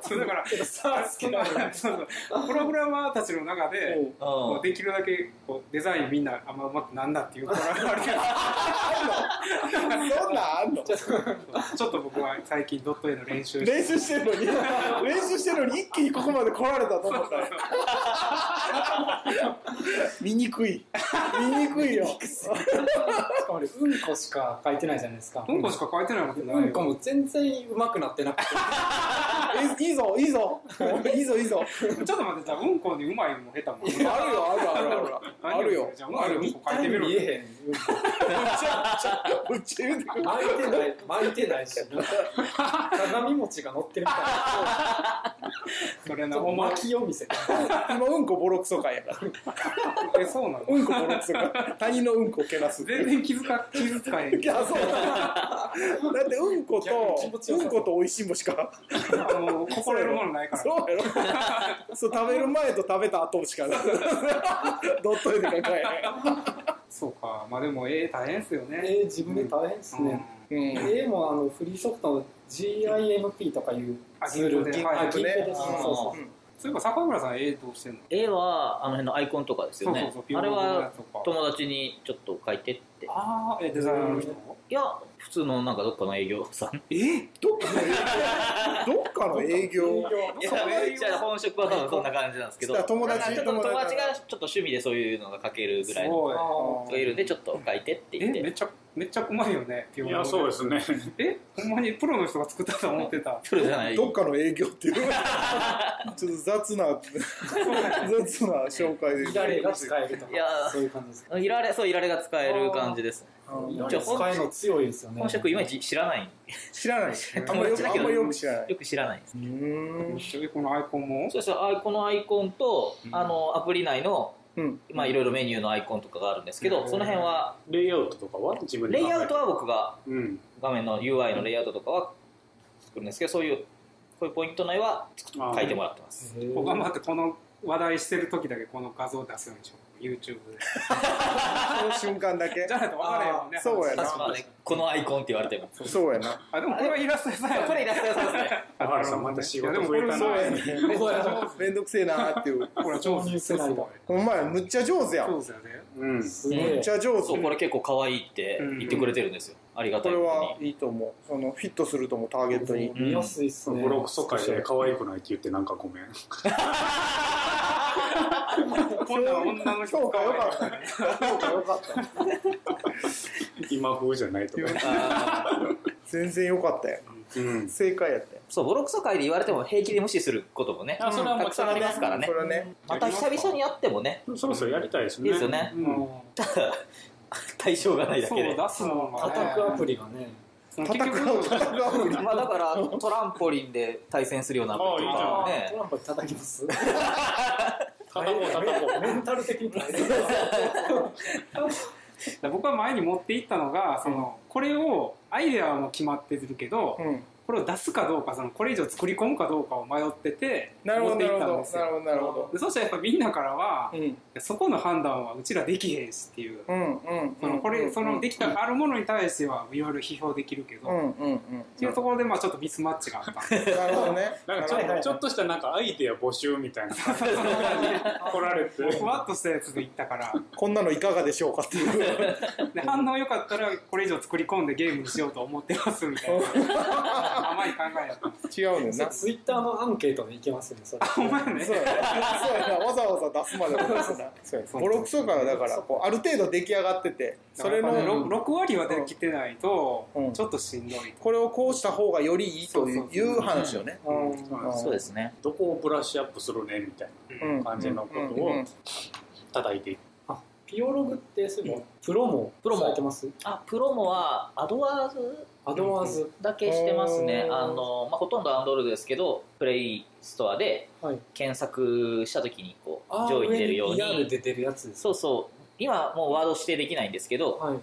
そうだから
あ、さあ、スキルあるな。
そうそうプログラマーたちの中でこうできるだけこうデザインみんなあんまうまくなんだっていうところがあるけ
そんなんあんの
どちょっと僕は最近ドット絵の練習して
練習してるの に、練習してるのに一気にここまで来られたと思ったら。見にくい。見にくいよ。
しかも俺、うんこしか書いてないじゃないですか。
うんこしか書いてないこと
う
ない
んこ
よ
も全然うまくなってなくて。
えいいぞ、いいぞ。いいぞ、いいぞ。
ちょっと待ってじゃあうんこにうまいも下手も
あるよ、あるあるある。あるよ。
じゃあうまいうんこ書いてみろ
見
よ
えへん。うんこ
うち言うてくる。
巻いてない、巻いてない し、なんか鏡餅が乗ってるみたいな。
それ
ち
な
ょっと
お前
巻きを見せて。
今うんこボロクソ会やから。
えそうなの
うんこボロクソ会。他人のうんこ蹴らすっていう。
全然気づか気づかへん
い
け
やそうだってうんこ
逆に気持ち
と
よさ
う
そ
ん
う
ことおいしんぼしか
どもう心得るものないから
そうやろそう食べる前と食べた後しか ドット絵で書かへ
そうか、まあでも絵大変ですよね。
えー、自分で大変ですね。
んうん
絵もあのフリーソフトの GIMP とかいう
あ
ツール
銀行で
あ
はい
銀行で
ね
そうそう
うん
そういえば坂村さん絵どうしてんの
絵はあの辺のアイコンとかですよね
そうそうそう
あれは
ピアノのやつとか
友達にちょっと書いてって
ああえデザイナーの人
いや普通のなんかどっかの営業さん
え
どっかの営業どっかの営業
いやじゃあ本職は多分そんな感じなんですけど
だから友達
なんかちょっと
友
友
達
達がちょっと趣味でそういうのが書けるぐらい
す
の
ごい
子がいるんでちょっと書いてって
え
言っ
め
て
っちゃめっちゃうまいよねピア
い
ノ
やそうですね
えほんまにプロの人が作ったと思ってた
プロじゃない
どっかの営業っていうちょっと雑な雑な紹介で
いられが使えるとか
いやー
そういう感じですか
いられそういられが使える感じです
い
うん
られ使えるの強いですよね
本職いまいち知らない
知らないあんまりよくあんまりよく知らない
よく知らないです
うーん
えこのアイコンも
そうそうあこのアイコンと、あのアプリ内の
うん
まあいろいろメニューのアイコンとかがあるんですけど、
うん
その辺は
レイアウトとかは自分で
レ
考え
イ
て
アウトは僕が
うん
画面の UI のレイアウトとかは作るんですけどそういうこういうポイントの絵は
あ
書いてもらってます
へー
僕頑張ってこの話題してる時だけこの画像出すようにしよう YouTube
その瞬間だけ
でじゃないと分からへんもんね
あーそうやな
確かにこのアイコンって言われても
そうやな
あでもこれはイラストデザインやね
これイラスト屋さんですね
小原さんまた仕事増えたな
そうやね
そうやな
めんどくせえなーっていう
これは上手ですよすごい
ほんまやむっちゃ上手やん
そ
む
う
っ
ですよね
うん
すげえ
ちゃ上手
そうこれ結構可愛いって言ってくれてるんですよ、ありが
こ
たい
れ
こ
はいいと思うそのフィットすると思うターゲットに
見やすいっすね
ボロクソ会で可愛くないって言ってなんかごめん
今度は女の人
評価良かったたね評価良かった
今風じゃないとか
とにあー
全然良かったよ
うん
正解やったよ
そうボロクソ会で言われても平気で無視することもね
あそれはも
た
う
くさんありますからね
それはね
また久々にやってもね
そろそろやりたいです
い
ね
いですよね
うん
対象がないだ
そう
けで
出すのがね
叩くアプリがね
結
叩
局
く叩くアプリ
まあだからトランポリンで対戦するようなこと
あ
かね
トランプ叩きます
片方片方
メンタル的に大変
僕は前に持っていったのがそのこれをアイデアはもう決まってるけど
うん
これを出すかどうかそのこれ以上作り込むかどうかを迷ってて
なるほ
持
どないる
ってっ
ほ
たん
ど
です
なる
よ
ほどなるほど
でそしたらやっぱみんなからは
うんうん
そこの判断はうちらできへんしっていう
うん
そのこれそのできたあるものに対してはいろいろ批評できるけど
う
っ
んうんうん
ていうところでまあちょっとミスマッチ があったんで
なるほどね
なんかちょ,、
はいはいはい
ちょっとしたなんかアイデア募集み たいな感じで来られて
ふわっとしたやつでいったから
こんなのいかがでしょうか っていう
で反応良かったらこれ以上作り込んでゲームにしようと思ってますみたいな 甘い考えや った
違うねんな
ツイッターのアンケートでいけますよねそれ
お前ね
そうやな、そうやな、わざわざ出すまでも出すな。そうやなボロクソからだから、こうある程度出来上がってて、それ
だから
の。
ろ6割はできてないと
うん
ちょっとしんどいと
これをこうした方がよりいいとい
そううそうそう
いう話よね。
うん
そうですね
どこをブラッシュアップするねみたい
うん
な感じのこと
うんう
を
ん
叩いていく
ピオログってそういえばプロも
プロも
されてます
あプロモはアドワーズ
アドワーズ
だけしてますね
おー
あの、まあ、ほとんどアンドロイドですけどプレイストアで
はい
検索した時にこう
あー
上位に出るよう
上 PR
に
で出るやつです
そうそう今もうワード指定できないんですけど、
はい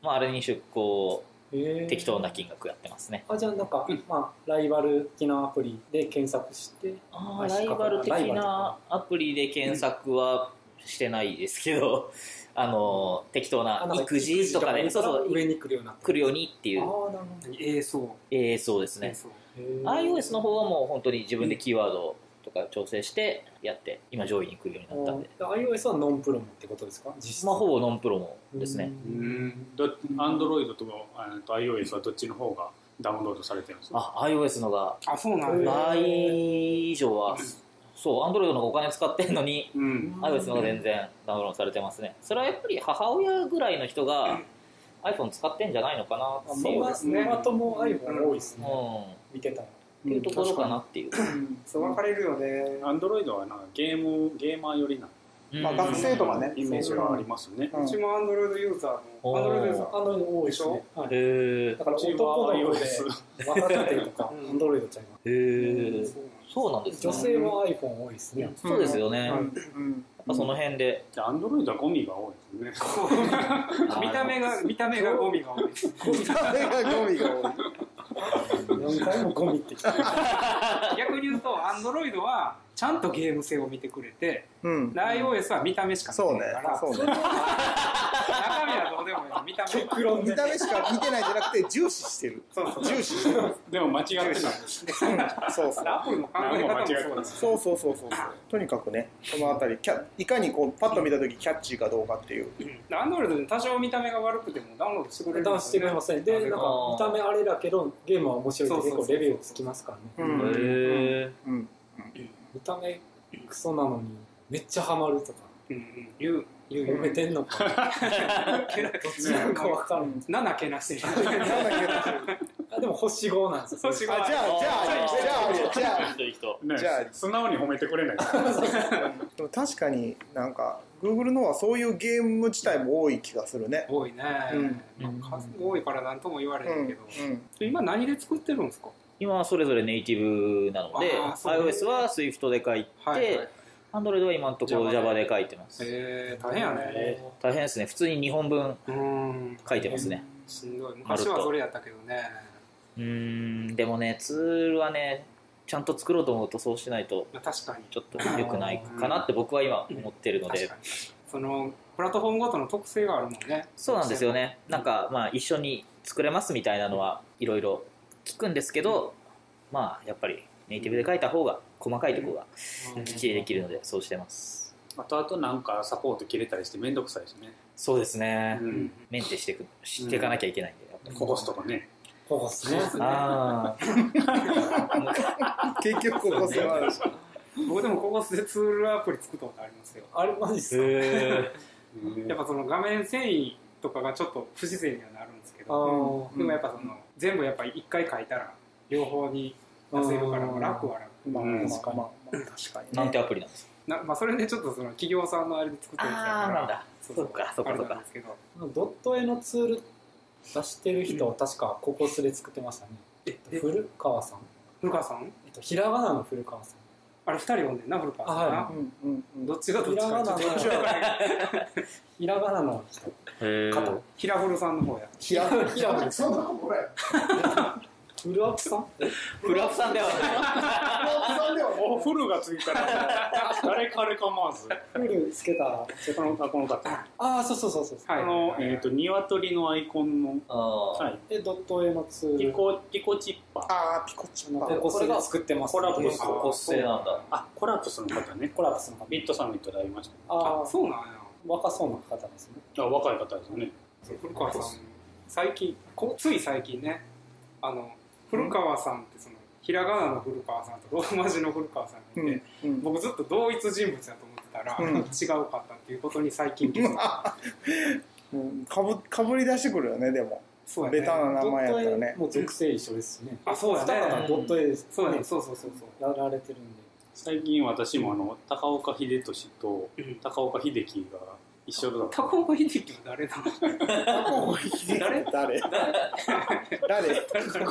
まあ、あれに出こ
へ
う
ー
適当な金額やってますね
あじゃあなんか、
うん
まあライバル的なアプリで検索して
あー
まあ
ライバル
ライバ
的
ルと
な
か
アプリで検索はしてないですけど あの適当な
あなんか
育児とかで、
育児
そうそう
上に来るようになって
来るようにってい
ああ
う、
なる
ええそう
えーそうです
ええ
ね
そう
iOS の方はもう本当に自分でキーワードとか調整してやって今上位に来るようになったんで、
方 iOS はノンプロモってことですか実質
まあ、ほぼノンプロもですね
うん
どアンドロイドとあと iOS はどっちの方がダウンロードされてるんですか
あ iOS のが
あそうなんだ
へ
倍以上はそう Android の方がお金使ってんのに
うん
iOS の方が全然ダウンロードされてますねそれはやっぱり母親ぐらいの人が iPhone 使ってんじゃないのかなってい
そう
う
で
う
すねママ友 iPhone 多いですね、
んっ
見てたら
ていうところかなっていう、
そう、分かれるよね。
アンドロイドはなんかゲームゲーマー寄りな
うん
まあ、学生とかね。
イメージがありますね
うん
うちも Android ユーザー
お
の
ー
Android ユーザ
あの多いですね、はい
へえ
だから
うち
男
は
の子
iOS
で若手とか
うん
アンドロイドちゃいま
へえ
ーそう
そうなんですす
女
ね
性は iPhone 多いですね、
そうですよね、
う
やっ
んうん
ぱその辺で、
アンドロイドはゴミが多いですね
あー
見た目が見た目がゴミが多い
あれがゴミが多い。
何回もゴミってきた
逆に言うと Android はちゃんとゲーム性を見てくれて
うん。
で iOS は見た目しか見て
そう
ない
ね
から。
そうね。
中身はどうでも目の見た目
極論
見
ね
た目しか見てないんじゃなくて重視してる
そうそう
重視してる
でも間違ってない
そうそう
アプリの考え方もそうだし
そうそうそうそうとにかくねこの辺りキャいかにこうパッと見た時キャッチーかどうかっていう
アンドロイドで多少見た目が悪くてもダウンロードしてくれる
ダウンしてくれませんでなんか見た目あれだけどゲームは面白いって結構レビューつきますからね
う
へ
ん
え
うん
見た目クソなのにめっちゃハマるとか
うんうん言う言う
褒めてんのかなどっちなのか分かるんない
7けなしてる
なんだっけな
あでも星5なんですよ
そうし
あじゃあじゃあじゃあじゃあじゃあ
いい人
ね
じゃあ
素直に褒めてく れない
でも確かになんか Google の方はそういうゲーム自体も多い気がするね
多いね、
うん
まあ数多いから何とも言われ
う
る
ん
けど、
うん
今何で作ってるんですか
今はそれぞれネイティブなので
あーそう
iOS は Swift で書い
はいはい
て Android は今のところ Java
Java
で
で
書いてます
えー、大変やね
大変ですね普通に2本分
うん
書いてますね
しんどい昔はそれやったけどね
うーんでもねツールはねちゃんと作ろうと思うとそうしないと
まあ確かに
ちょっと良くないかなって僕は今思ってるの
確
で
かにそのプラットフォームごとの特性があるもんね
そうなんですよねなんかまあ一緒に作れますみたいなのはいろいろ聞くんですけどまあやっぱりネイティブで書いた方が細かいところ
う
が
ん
きっちりできるのでそうしてます
あとあとなんかサポート切れたりして面倒くさいしね、
そうですね
うん、
メンテしていくしていかなきゃいけないんでやっぱり
コホスとかね
ほぼですね
ああ
結局ここ狭いし
僕でもここでツールアプリ作ったことありますよ
あれマジっすか
へ
やっぱその画面遷移とかがちょっと不自然にはなるんですけ
あ
ど
ー
でもやっぱその全部やっぱ一回書いたら両方に出せるから
うん
楽は楽
まあ
うん
まあまあまあ確かにね
なんてアプリなんですか
なまあそれでちょっとその企業さんのあれで作ってるみたいだか
あ
ら
ーなんだそっかそっか
あれ
そっか
なんですけど
ドット絵のツール出してる人は確かここすで作ってましたね
ええ
古川さん
古川さん
えっとひらがなの古川さん
あれ二人呼んでんな古川さんな
あ
うんうんうん
どっちがどっちかちょっと
平
面
仮名
白い
ひらがなの人
え
方
平古さんの方や
ひら
ひらがな
そんなことない
フルアップさん
フラップさんではない
そんでは
おフルがついたら誰彼構わず
フルつけたら
このこの方
ああそうそうそうそう
あ
はい
の、えっ、と、鶏のアイコンの、
あー
はい、
でドット絵のツー
ピ
ル
コ、ピコチッパー。
あーピコチ
の
ン
ここすで作ってます
コラボ
結構骨性なんだ
あ、コラプスの方ね。
コラボするのか
ビットサミットで会いまし
あ
あ
あ
そうなんや
若そうな方ですね
た。あ、若い方ですよね。
古川さん最近こつい最近ねあの古川さんってそのひらがなの古川さんとローマ字の古川さん
う
がいて、
んうん
僕ずっと同一人物だと思ってたら、
うん
違うかったっていうことに最近気づい た
うんかぶかぶり出してくるよねでも
そうやね
ベタな名前やったらね
もう属性一緒ですしね
あそうや
二方
ね
ドット絵です
そうや
ね
ねそうそうそうそう
やられてるんで
最近私もあの、高岡秀俊と
うん
高岡秀樹が一緒だった。
高岡秀樹は誰なの
誰誰誰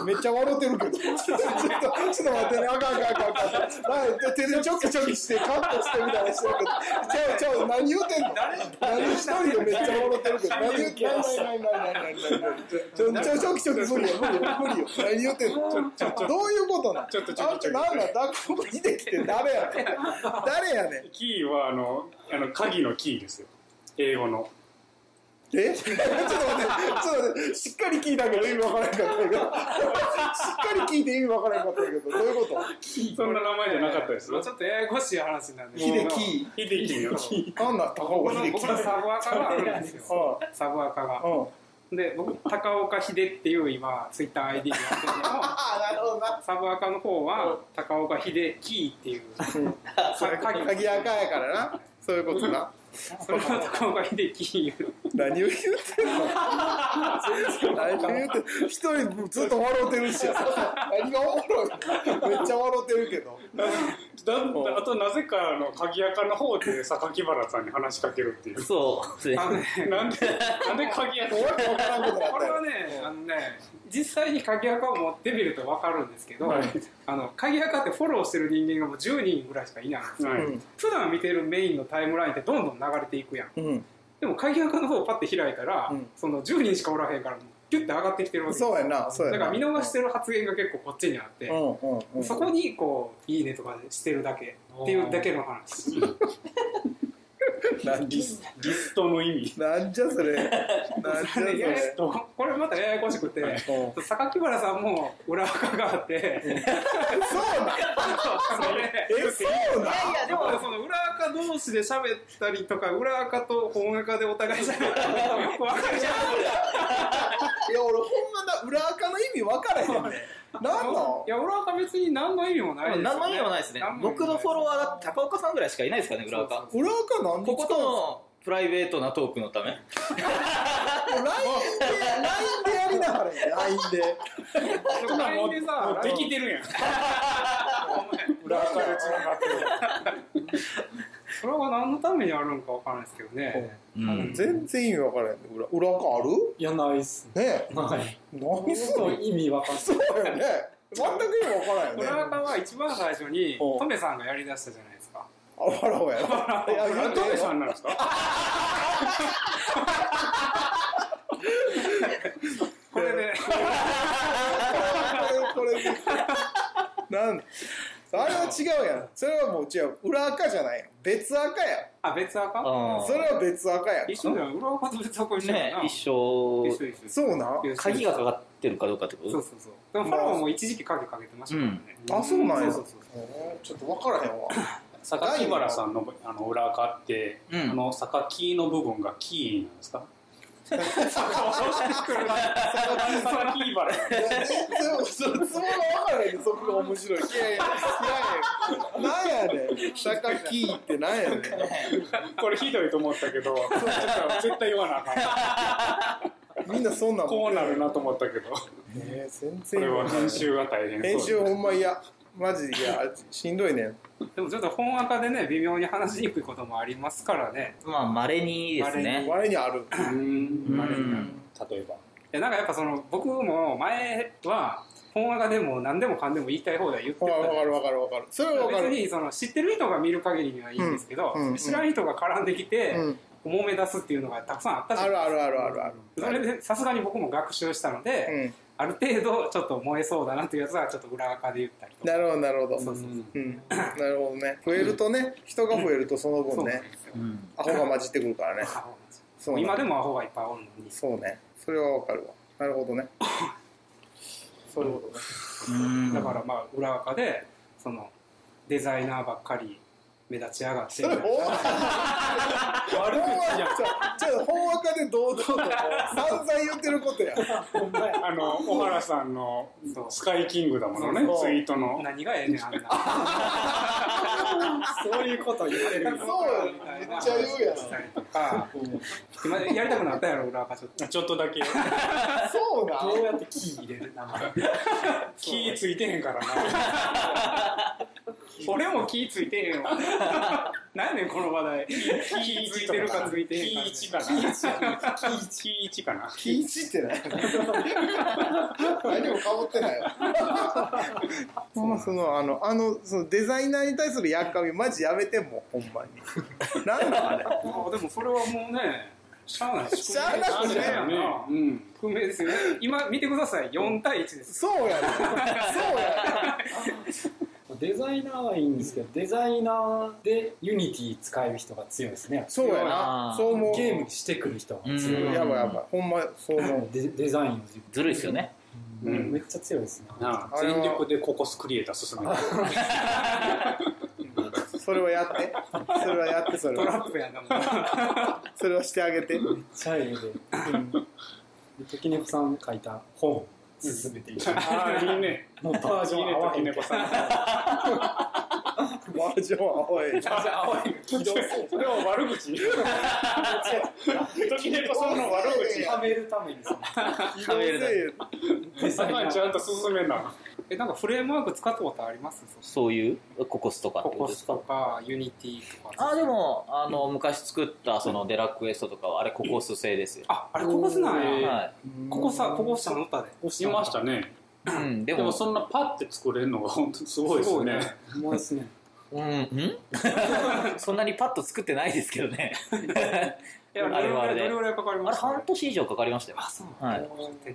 めっちゃ笑ってるけどちょっとちょっと待ってねあかんあかんあかんあかん前手でチョキチョキしてカットしてみたいなしてるけどちゃうちゃう何言うてんの何一人でめっちゃ笑ってるけど何言うてんの何何何何何ちょちょチョキチョキ無理よ無理よ無理よ何言うてんの
ちょちょ
どういうことなん
ちょっとちょ
あ
っ
ん
と
たなんなんだここ秀樹って誰やねん誰やねん
キーはあの、あの、鍵のキーですよ。英語の。
え ちょっと待って、ちょっと待って、しっかり聞いたけど意味わからんかったけど、しっ かり聞いて意味わからんかったけど、どういうこと
そんな名前じゃなかったです
ま
よ
あち。ょっとややこしい話なんで
秀樹。
秀樹の。
なんだ、高
僕
岡
の
秀
僕
樹。
のサブアカがあるんですよサブアカが
うん。うん。
で僕高岡秀っていう今ツイッター ID でやってるけど
ああ、なるほどな。
サブアカの方は高岡秀樹っていう
それ、鍵鍵赤やからな。そういうことな。
それは高岡秀樹
何を言うてんの何を言うてんの一人ずっと笑ってるしや。何がおもろいめっちゃ笑ってるけど。
だあと、なぜかあの、鍵垢の方で榊原さんに話しかけるっていう。
そうで
あのね
なんで、なんで鍵垢
もうわけわからんことになっ
こ
た
れは
よ。
ねあのね実際に鍵アカを持ってみると分かるんですけど、あの鍵アカってフォローしてる人間がもう10人ぐらいしかいないんですよ
はい。
普段見てるメインのタイムラインってどんどん流れていくやん
うん。
でも鍵アカの方をパッて開いたら、
うん
その10人しかおらへんからピュッて上がってきてる
う
わ
ん。
けです
そうやな、そうや
だ
な。
から見逃してる発言が結構こっちにあって、
うんうんうん。
そこにこう「いいね」とかしてるだけっていうだけの話
なん
リスリストの意味
なんじゃそれ。なん じゃそ
いやえ
れ
っ。とこれまたややこしくて
うん
榊原さんも裏垢があって、
そうなん。
それ
え、そうなん。
いや
で もその裏垢同士で喋ったりとか裏垢と本垢でお互い喋ったりとかよくわかるじゃん
いや、俺、ほんまだ、裏垢の意味分からへんねん。なんなん
い。や裏垢別に何の意味もないですよ、ね、
何の意味もないですね
何も意味
僕のフォロ
も
ワーが高岡さんぐらいしかいないですからね裏
そう
垢
そう
裏垢なんで
こ
使
こ
う
とのプライベートなトークのため
の。ラインで、ラインでやりながらや。ラインで。
ないでも LINE で
も
さ
うできてるやん裏垢でつながってる
それは何のためにあるのかわからないですけどね
うん
全然意味分からへんねん。裏、裏垢ある。
いやないっすね
ねえ。
はい
何すん
本
の
当。意味わかんない
そうよね。全く意味分からへんね。
裏垢は一番最初に
お
トメさんがやりだしたじゃないですか
あわらわやろ。いや、言うて
トメさ
ん
んなんですか
これで
これ、これ。なん。あれは違うやん。それはもう違う。裏垢じゃないやん。別垢や
あ別垢
ん。それは別垢やん。
一緒じゃん裏垢と別垢一緒
ね
やな
一生
一緒一緒
そうなん。
鍵がかかってるかどうかってこ
そう
と
そうそうでもファラオも一時期鍵かけてましたからね、
あ、そうなんや。
そうそう
うんちょっと分からへんわ。
榊原さんのあの裏垢って、
うん
あの榊の部分がキーなんですか榊原
いやねそのつもが分からへんねんそこが面白い。いやいや、なんやねん。坂キーってなんやねん。
これひどいと思ったけど絶対言わなあか
みんなそんなん
んこうなるなと思ったけど
ねえ全
こ
然
れ
分
は
からへん
編集が大変
編
そう
集ほんまいや。マジいや、しんどいねん。
でもちょっと本赤でね微妙に話しにくいこともありますからね
まあ稀にですね
我にある。
うん
稀に
例えば
いやなんかやっぱその僕も前は本赤でも何でもかんでも言いたい放題言って
ほ
た
ら、
ん
分
で
かる分かる分かる。それは分か
別
る。
にその知ってる人が見る限りにはいいんですけど、
うんうん
知らん人が絡んできて、
うん
揉め出すっていうのがたくさんあったじゃ
あ
ん
るあるあるあるある。
それでさすがに僕も学習したので、ある程度ちょっと燃えそうだなっていうやつはちょっと裏垢で言ったり
うん、
とか
なるほどなるほど。
そうそうそう
うん、なるほどね。増えるとね、人が増えるとその
そ
分
うな
ね
ん、ですよ、
うん
アホが混じってくるからね。
アホなんですよ
そうね
今でもアホがいっぱいおるのに
そうね。それはわかるわ。なるほどね。
そういうことね
うん
だからまあ裏垢でそのデザイナーばっかり目立ちやがって
それ本悪口じゃん。ちょっと本垢で堂々とこう散々言ってることや。
ほんまや
あの小原さんの
そう
スカイキングだものね
そう
ツイートの
何がええねんあんな
そういうこと言ってるよ
そうやんめっちゃ言うやん
したりとか今やりたくなったやろ裏垢ちょっと
ちょっとだけ
そうな
どうやってキー入れる名前
キーついてへんからな
俺も気ついてへん わ何やねんこの話題
キ
気ついてるかついてへんか
キー一かなキー一キー一かな
気いちってない。何もかぶってないわ。ほんまそのあのあのそのデザイナーに対するやっかみマジやめてもうほんまに。なんなんあれ。
あでもそれはもうねしゃあない
しゃあな
宿
く
命
ね
やな
うん
不明ですよね今見てください4対1です
そうやね。そうやね。
デザイナーはいいんですけどデザイナーでユニティ使える人が強いですね
そうやな。そう思う。
ゲームしてくる人が強い
ム
やばいやばい。ほんまそう思う。
デデザインを自分
ずるいですよね
うん
うんめっちゃ強いですね
なあ
あれは
全力でココスクリエイター進める
それはやって。それはやってそれ
ト
は。
ラップやなもう
それはしてあげて。
チャイルで時猫さん書いた本を進めていく
ああいいね
もうバージョン合わへんけど
さん
バージョン青い。
それは悪口時猫さんの悪口
はめるためにその
カメラだ
デザイナ
ま あち
ー
ゃんと進めな
えなんかフレームワーク使ったことあります
そういうココスとかって
コ
こと
コ
で
ス
すか
とかユニティとか
あでもあの昔作ったそのデラクエストとかはあれココス製ですよ、
ああれココスなんや
はい
ココさココス社の歌で
いましたね
うん、で
で
も
もそんなパッて作れるのが本当すごいですね
もうですね
うん、んそんなにパッと作ってないですけどね
や
あるあるで
どれぐらいかかり
あ
ま
れ
した
半年以上かかりましたよ
あ、そう
は
なん
い
だ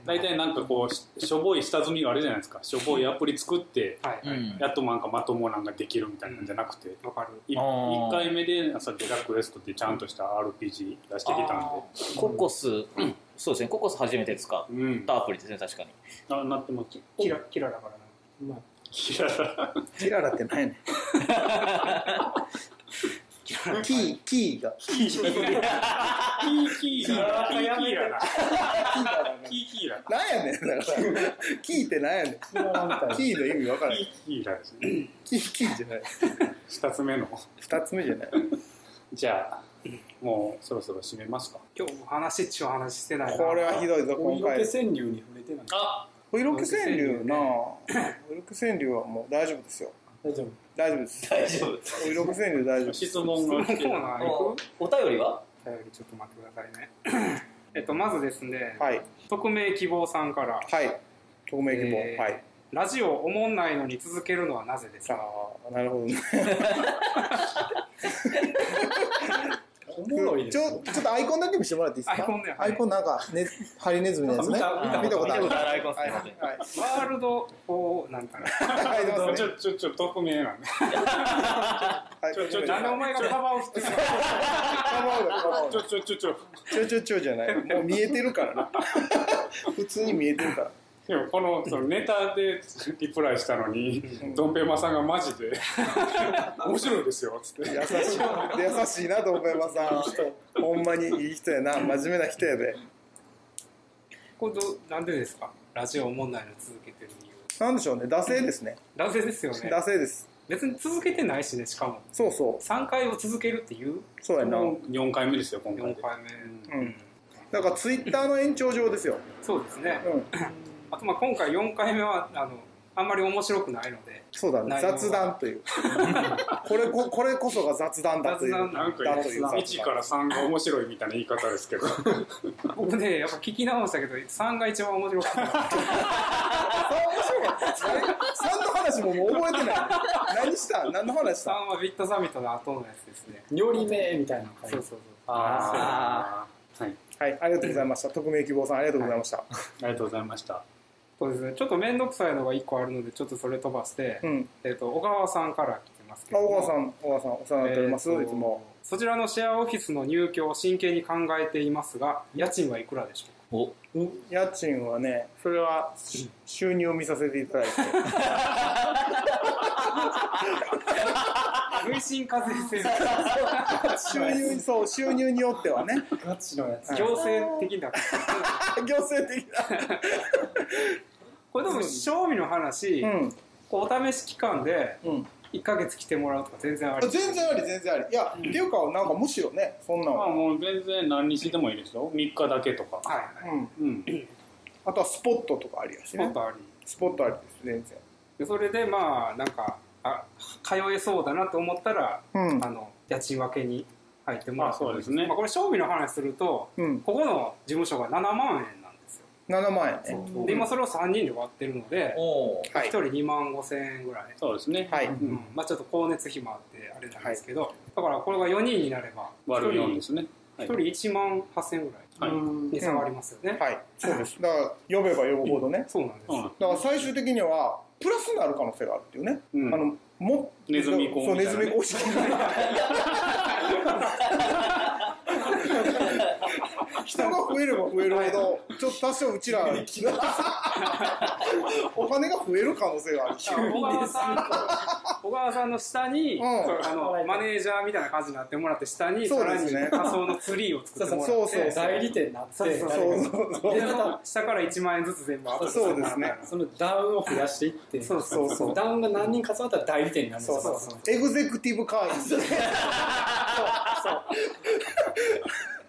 大体なんかこうししょぼい下積みがあるじゃないですかしょぼいアプリ作って
はいうはい。
ん
やっとなんかまともなんかできるみたいなんじゃなくて、
わかる。
い
あー
1回目でさデラックスエストってちゃんとした RPG 出してきたんで
ココス、そうですねココス初めて使っ
うん
たアプリですね確かに
ななってます
キラ、キラだからな。
まあ
キララ
キララって何やねん。キー、キーが。
キーキーキーキーキーラキーキーラなキーキーラ
なんやねん。だから、キーってなんやねん。
キララみたいな
キーの意味わからん
キ。ーキーラですね
キー、キーじゃない。
2つ目の
二つ目じゃない。
じゃあもうそろそろ締めますか
今日も話っちゅう話してないな。
これはひどいぞ、
お
今
色
回
気。川柳に触れてない
あ
ホイロク川柳なホイロク川柳はもう大丈夫ですよ。
大丈夫
大丈夫です。
大丈夫
ホイロク川柳大丈夫です。
質問
このコ
が来て
ー
る
ナー行
お
く
お便りは
お便りちょっと待ってくださいね。えっと、まずですね、
はい。
匿名希望さんから、
はい。透明希望。
えー
はい。
ラジオおもんないのに続けるのはなぜです
さ
か
あ、なるほどね。
おもろいです
ちょ
よ
ちょっとアイコンだけ見せてもらっていいですか
アイコンだよね
アイコンなんか、ね、ハリネズミのやつね
見た
あー
見た
見たことある
見たことあるアイコンっす
はい
ね
はい
ワールド4なんたら。
はいはいどう
ち
ぞ
ょちょちょ匿名なんで
はい
ちょちょ
なんでお前がカバーをしてるの
ちょちょちょちょ
ちょちょちょじゃないもう見えてるからな普通に見えてるから
でもこのそのネタでリプライしたのにドンペマさんがマジ で「面白いですよ」っつって
優しい優しいなと思いますあの人ほんまにいい人やな真面目な人やで
これどうなんでですかラジオおもんないの続けてる理由。
なんでしょうね惰性ですね
男性ですよね。
惰性です
別に続けてないしね、しかも。
そうそう
3回を続けるっていう
そうやな
4回目ですよ今回
4
で
回
う
目。
んだからツイッターの延長上ですよ、
そうですね。
うん、
あとまあ今回4回目はあのあんまり面白くないので
そうだね
内容は
雑談という これここれこそが雑談だという
雑談
なんか
だという雑談
1から3が面白いみたいな言い方ですけど
僕ねやっぱ聞き直したけど3が一番面白 かった
あれ3の話ももう覚えてない 何した何の話し
3
た
はビットサミットの後のやつですね
料理名みたいな
そ
感
うそう
じ
そう
あ
あはい
はいありがとうございました匿名希望さんありがとうございました、
ありがとうございました
そうですねちょっと面倒くさいのが1個あるのでちょっとそれ飛ばして、
うん
えっと小川さんから来てますけ
あ
ど
小川さん小川さんお世話になっております、
えー
いつも
そちらのシェアオフィスの入居を真剣に考えていますが家賃はいくらでしょう
お
家賃はねそれはし収入を見させてい ただいて
か累進課税制度
収入そう収入によっては ね
ガチのやつ
はい
行政的な
行政的
これでも正味の話、
なうん
こうお試し期間で
うん
1か月来てもらうとか全然あり
全然あり全然ありいや、っていうかなんかむしろねそんなん
まあ
は、
もう全然何日でもいいですよ3日だけとか
はいはい
うん、
うん
あとはスポットとかありやし
スポッ
ね
トあり
スポットありです全然
でそれでまあなんかあ通えそうだなと思ったら、
うん
あの家賃分けに入ってもらってもいい
あそうですね
まあ、これ賞味の話すると
うん、
ここの事務所が7万円なんです
7万円ね
よで今それを3人で割ってるので
お
1
はい
人2万5千円ぐらい、
そうですね
はい、
うんまあ、ちょっと光熱費もあってあれなんですけど、だからこれが4人になれば
割る4
1
ですねはい
人1万8千円ぐら
はいい
に下がりますよね、
はいそうですだから読めば読むほどね
そうなんです、
うん
だから最終的にはプラスになる可能性があるっていうね、
うん
あのも
ネズミ講
そうネ
みたいな
ズ
ね
ミ講式 人が増えれば増えるほどちょっと多少う ちらお金が増える可能性があるっていう
小川さんと小川さんの下に、
うん
あのマネージャーみたいな感じになってもらって下に
そ
さ
う
ら
で
に
すね
仮想のツリーを作ってもらって
そうそうそう
代理店になって
そうそう
そ
誰か
うそうそう
でその下から1万円ずつ全部アップして
そうですね
そのダウンを増やしていって
そうそう
そう
そう
ダウンが何人重なったら代理店になるんです
そ
よ
うそうそうエグゼクティブ会員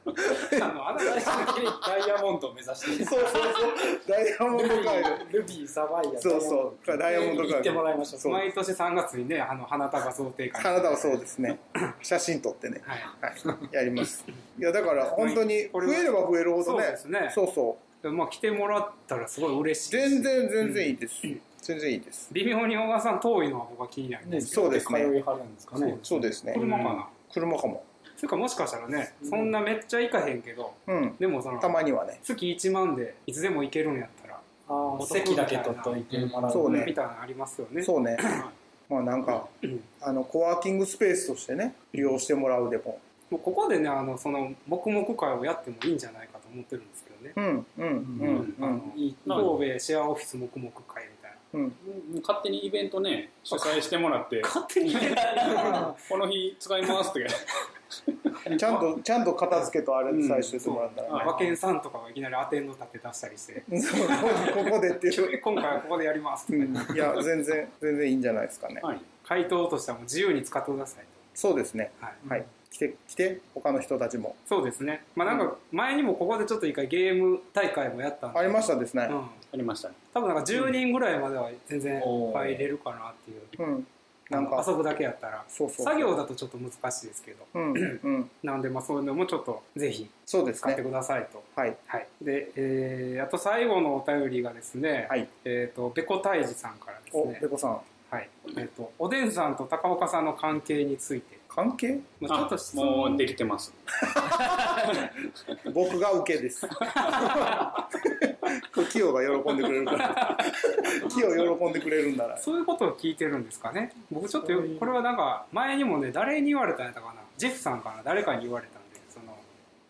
あのあなた
最終的にダイヤモンドを目指して
そうそうそう ダイヤモンド会員
ルビーサバイア
そうそうダイヤモンド会員
行ってもらいましょう
そう
毎年3月にねあの花束贈呈会
あなたはそうですね写真撮ってね
はい
はい、やります。いやだから本当に増えれば増えるほどね。
そうですね
そうそう
でまあ来てもらったらすごい嬉しい
全然全然いいです。全然いいです。
微妙に小川さん遠いのは僕は気になる、
ね
そうですね
通いはるんですかね
そうですね。
車かな、
車かも。
それかもしかしたらね、そんなめっちゃ行かへんけど、
うん。
でもその、
たまにはね。
月1万でいつでも行けるんやったら、
あー席だけ取っといてもらう
そうね
みたいなのありますよね。
そうね
は。
まあなんか、あの、コワーキングスペースとしてね、利用してもらうでも。
もうここでね、あの、その、黙々会をやってもいいんじゃないかと思ってるんですけどね。
うん、うん、うん、う
あ
ん。
の神戸シェアオフィス黙々会みたいな。
うん勝手にイベントね主催してもらって
勝手に言えない
この日使いますって
ちゃんと、ちゃんと片付けとあれで最終してもらったらね。
馬券さんとかがいきなりアテンド立て出した りして、
そう、こ こでっていう。
今回はここでやります。
うん、いや、全然、全然いいんじゃないですかね。
はい
回答としてはもう自由に使ってください
そうですね。
と。はい。
はい。来て、来て、他の人たちも。
そうですね。まあなんか、前にもここでちょっと一回ゲーム大会もやったんで。
ありましたですね
う。ん。
ありましたね
多分なんか10人ぐらいまでは全然入れるかなっていう。
うん。なんか、
遊ぶだけやったら。
そうそう。
作業だとちょっと難しいですけど。
うん、うん。
なんでまあそういうのもちょっとぜひ
そうです
使って
ね。
くださいと。
はい。
はい。で、えー、あと最後のお便りがですね、
はい。
えっ、と、べこたいじさんからです
お、
ね
ペ。コさん。
はい。えっ、と、おでんさんと高岡さんの関係について。
関係
まあ、ちょっ
あ
と質
もう
問
できてます
僕が受けです。 これキヨが喜んでくれるから。 キヨ喜んでくれるんなら。
そういうことを聞いてるんですかね。僕ちょっとよこれはなんか、前にもね、誰に言われたんやったかな。ジェフさんかな、誰かに言われたんで、その、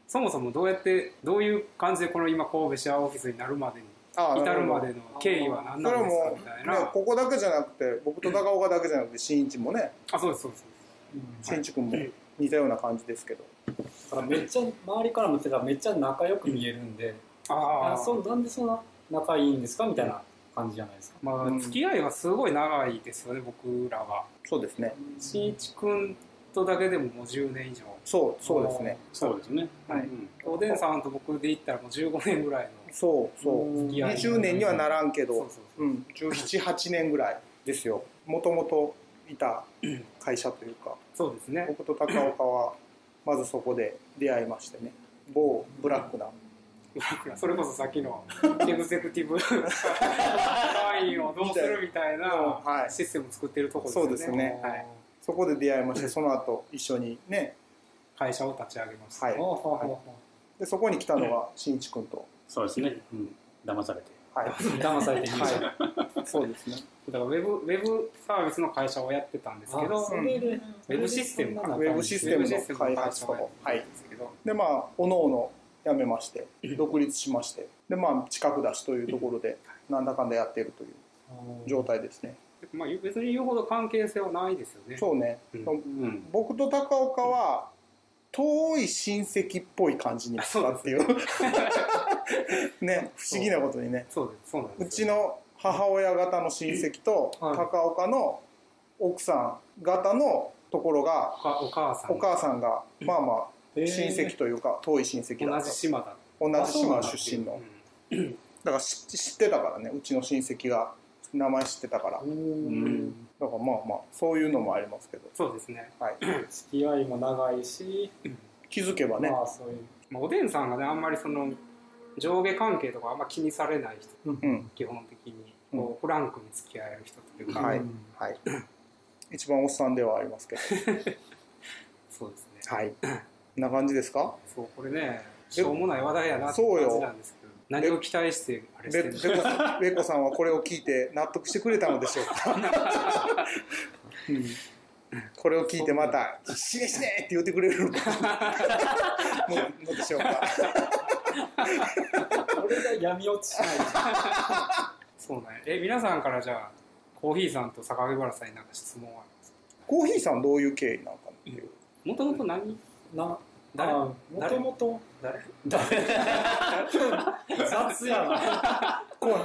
そもそもどうやって、どういう感じでこの今神戸シェアオフィスになるまでに、
あ
至るま
な
で
る
の経緯は何
ほど
なんですかみ
そ
たい
れはもう、ね
な。
ここだけじゃなくて、僕と高岡だけじゃなくて、新一もね、
あ、そうです、そうです。
新一君も似たような感じですけど。
だからめっちゃ周りから見てたらめっちゃ仲良く見えるんで、
あ
あ
あ、
そうなんでそんな仲いいんですかみたいな感じじゃないですか。
まあ、付き合いはすごい長いですよね、僕らは。
そうですね。
新一君とだけでももう10年以上。
そう、そうですね。
そうですね
はい
うん
おでんさんと僕で言ったらもう15年ぐらい
そう、そう。
の付き合い。
20年にはならんけ
そう
ど、
そうそうう。
ん、17、8年ぐらいですよ。もともといた会社というか。
そうですね。
僕と高岡はまずそこで出会いましてね某ブラックな
それこそさっきのエグゼ クティブラインをどうするみたいな
はい
システムを作ってるとこ
そう
ろ
で
ですすよ
ね
ね。はい
そこで出会いましてその後一緒にね
会社を立ち上げました。
はい
ほうほうほうほ
でそこに来たのが新一君と
そうですねうん騙されて
はいう
騙されていいじゃん。
はいそうですね
だからウェブウェブサービスの会社をやってたんですけ
あ
ど
そ、れで
ウェブシステムか
そん
ウ
な
ェ
仲い
ブ
い
シス
ウ
テ
ェ
ム
ブシステ
の
ムの
開
会
発
社
と
をや
か
って
は
たん
い
ですけど、
でまあおのおの辞めまして独立しましてでまあ近くだしというところでなんだかんだやっているという状態ですね
まあ別に言うほど関係性はないですよね。
そうね
うん
僕と高岡は遠い親戚っぽい感じになったっていう ね不思議なことにね
そうです。そうなん
う
です
ち
よ。
の母親方の親戚と
はい
高岡の奥さん方のところが
おかお母さ
お
んが
母さんがまあまあ
へ
親
ー
戚というか遠い親戚だ
同
った
じ島だ。
同じ島
あそうなんだ
出身
う
の
ん
だから知知ってたからねうちの親戚が名前知ってたからだか
うん
らまあまあそういうのもありますけど、
そうですね。
はい、
付き合いも長いし、
気づけばね
まあそういう。
まあおでんさんがねあんまりその上下関係とかあんま気にされない人、
うん
基本的にこうフランクに付き合える人というか、
はい
うん
はい一番おっさんではありますけど
そうですね。
はいこんな感じですか
そう、これね、しょうもない話題やなって
そうよ
感じなんですけど、何を期待してあれし
べ
て
べ
る
こ
の
さんべこさんはこれを聞いて納得してくれたのでしょうか、うんこれを聞いてまた「死ね死ね!」って言ってくれるの のでしょうか
これが闇落ちしない。
そうね。え、皆さんからじゃあ、コーヒーさんと坂上原さんになんか質問はありますか
コーヒーさんどういう経緯なのかっていう
もともと何
な、
誰
もともと
誰
雑やな。
怖い、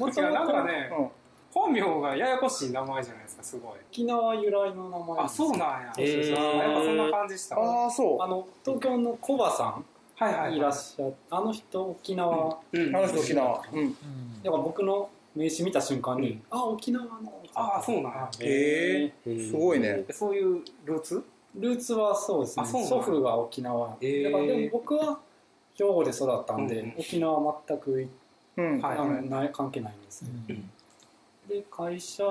も
い
と
や、な
も
ん
と
かね、
うん、
本名がややこしい名前じゃないですか、すごい。
沖縄由来の名前なん
あ、
です
そうなんや。
へー
やっぱそんな感じした。は
ああそ
あの東京のコバさ
いはい
ん
はい。
いらっしゃっあの人沖縄、
う。
うん話の沖縄、うん、
だから僕の名刺見た瞬間に、
うん
あ沖縄の
ああ、そうなんや。
えすごいね
えそういうルーツ
ルーツはそうですね
あそうなんだ
祖父が沖縄、
えー
だからでも僕は兵庫で育ったんで、
うん
沖縄は全く、
うん
はい
あのない関係ないんですね、で会社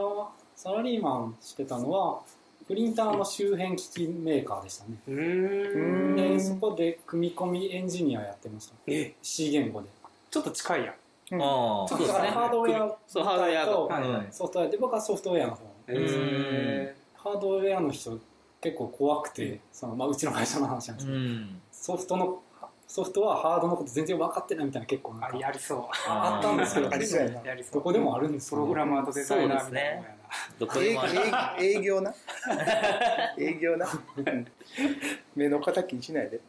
サラリーマンしてたのはプリンターの周辺機器メーカーでしたね。
うーん
うん
で、そこで組み込みエンジニアやってました。
え
C 言語で。
ちょっと近いやん
うん
ああ
ち
そ
ょっ
う
と
ですね
ハードウェア
そうハードウェア
と
はいはい
ソフトウェアで、僕はソフトウェアの方。
へ
ハードウェアの人結構怖くて、そのまあ、うちの会社の話なんですけ
う
ど、
ん
ソフトの、ソフトはハードのこと全然分かってないみたいな結構
ー
なん
あ
か
やりそ
あったんですけど
あー
ありそうやな
うやりそう
どこでもあるんです
プ
よ
ログラマーとデザイナーみたいなもんや
どこ
営
でもある
営営業な営業な目の敵にしないで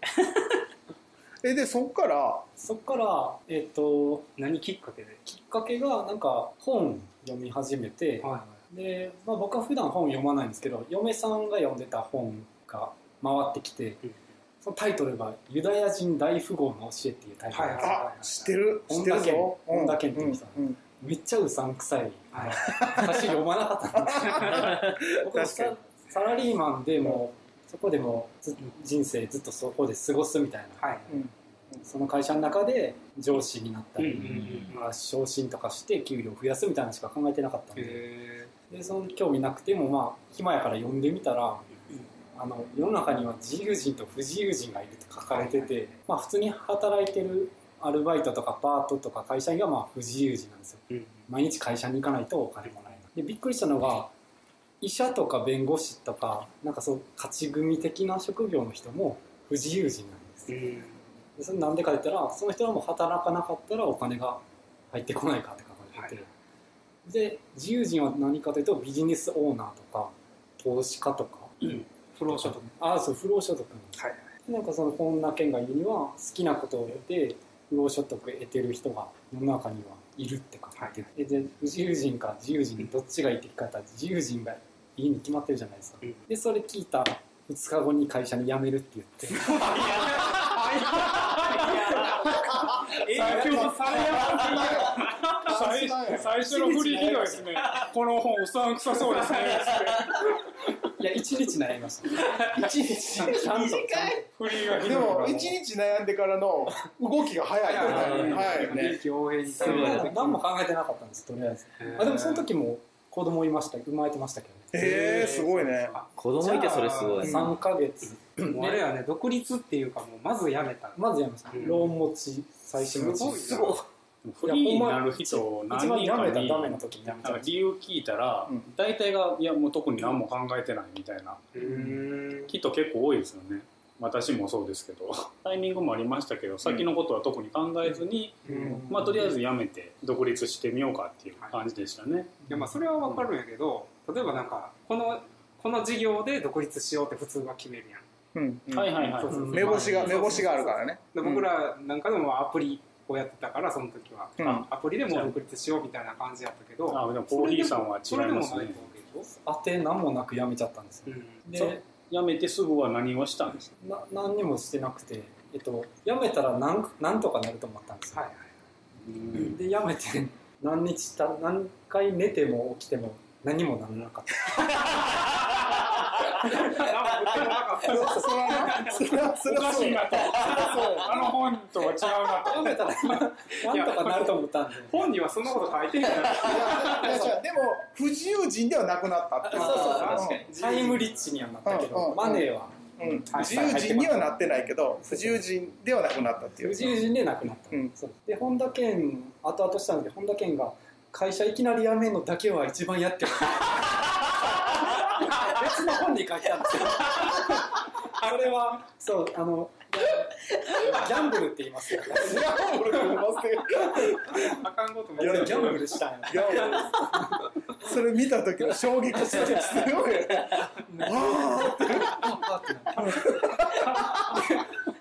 えでそっから
そこから、えっと
な何きっかけで
きっかけがなんか本読み始めて、
は
で、まあ、僕は普段本読まないんですけど嫁さんが読んでた本が回ってきて
いはい
そのタイトルが「ユダヤ人大富豪の教え」っていうタイトルなんですよ、
はい
あ知ってる知ってる
本田
ぞ
健
う
本田健って人
んうん
めっちゃうさんくさい
はい
私読まなかったんです よ僕も
確か
ササラリーマンでもそこでもず人生ずっとそこで過ごすみたいな
はい
うん
その会社の中で上司になった
うんうん
り、
うん
まあ、昇進とかして給料増やすみたいなのしか考えてなかったんで、
へ
でその興味なくてもまあ暇やから読んでみたらあの世の中には自由人と不自由人がいるって書かれてて、まあ、普通に働いてるアルバイトとかパートとか会社員がまあ不自由人なんですよ
ーうん
毎日会社に行かないとお金もらえないでびっくりしたのが医者とか弁護士とかなんかそう勝ち組的な職業の人も不自由人なんです
うん
でそれなんでかって言ったらその人はもう働かなかったらお金が入ってこないかって書かれてて、で自由人は何かというとビジネスオーナーとか投資家とか
不労所得
あそう不労所得なんです、
はい
なんかその本田健が言うには好きなことをで不労所得得てる人が世の中にはいるって書かれてて、で自由人か自由人どっちがいいって聞かれたら自由人がいいに決まってるじゃないですか、
うん
でそれ聞いた2日後に会社に辞めるって言 って
影響されや
最最初の振りひどいですねこの本うさんくさそうですね
いや、一日悩みました。一日ちゃんと。
振りがひど
で
い
も一日悩んでからの動きが早いよね早い
すい
ね
臨機応変に
それは何も考えてなかったんです、とりあえず。あでもその時も子供いました、生まれてましたけどね。
えー、すごいね
子供いてそれすごい
じゃ
な
3ヶ月。
もうあれはね独立っていうかもうまずやめた
まずやめました。ローン持ち、最初持ち。
すごい
フリーになる人何
一番
人
や
か
めた
に
ダメの時にやめ
なん
た
か。理由聞いたら、
うん
大体がいやもう特に何も考えてないみたいな
うーん
きっと結構多いですよね私もそうですけ どタイミングもありましたけど先のことは特に考えずに、
うん
まあ、とりあえずやめて独立してみようかっていう感じでしたね、
いやまあそれはわかるんやけど例えばなんかこのこの事業で独立しようって普通は決めるやん
うんうん
はいはいはい、
そうそう
目星が目星があるからね
で僕らなんかでもアプリをやってたからその時は
うん
アプリでもう独立しようみたいな感じやったけど
あでもコーヒーさんは違
そ
い
れでも
ま
ない
す
わけ
ね
でし
当て何もなくやめちゃったんです
ょ
よ。
うん
そう
で、
やめてすぐは何をしたんですか
な何にもしてなくて、えっと、やめたらなんなんとかなると思ったんですよ。
はいはい
でやめて何日た何回寝ても起きても何もならなかった
そそらなそらそらそ
おかし
う
いなとあの本とは違うなと
やめたら 今なんとかなると思ったんで
本にはそんなこと書いてへんから
いやいやいやでも不自由人ではなくなったってい
そうそう
確かに
タイムリッチにはなったけ
うんうんう
ど
ん
マネーは
うん不自由人にはなってないけど不自由人ではなくなったってい
不
う
自由人でなくなった、
うん
そうで本田健後々したんで本田健が会社いきなり辞めんのだけは一番やってる 別の本に書いてあるん ですよそれはそうあのギャンブルって言いますよ
いや俺が思わせ
あかんことも
俺
や
ギ
る
ャンブルしたんや
いや俺それ見た時の衝撃すごいあ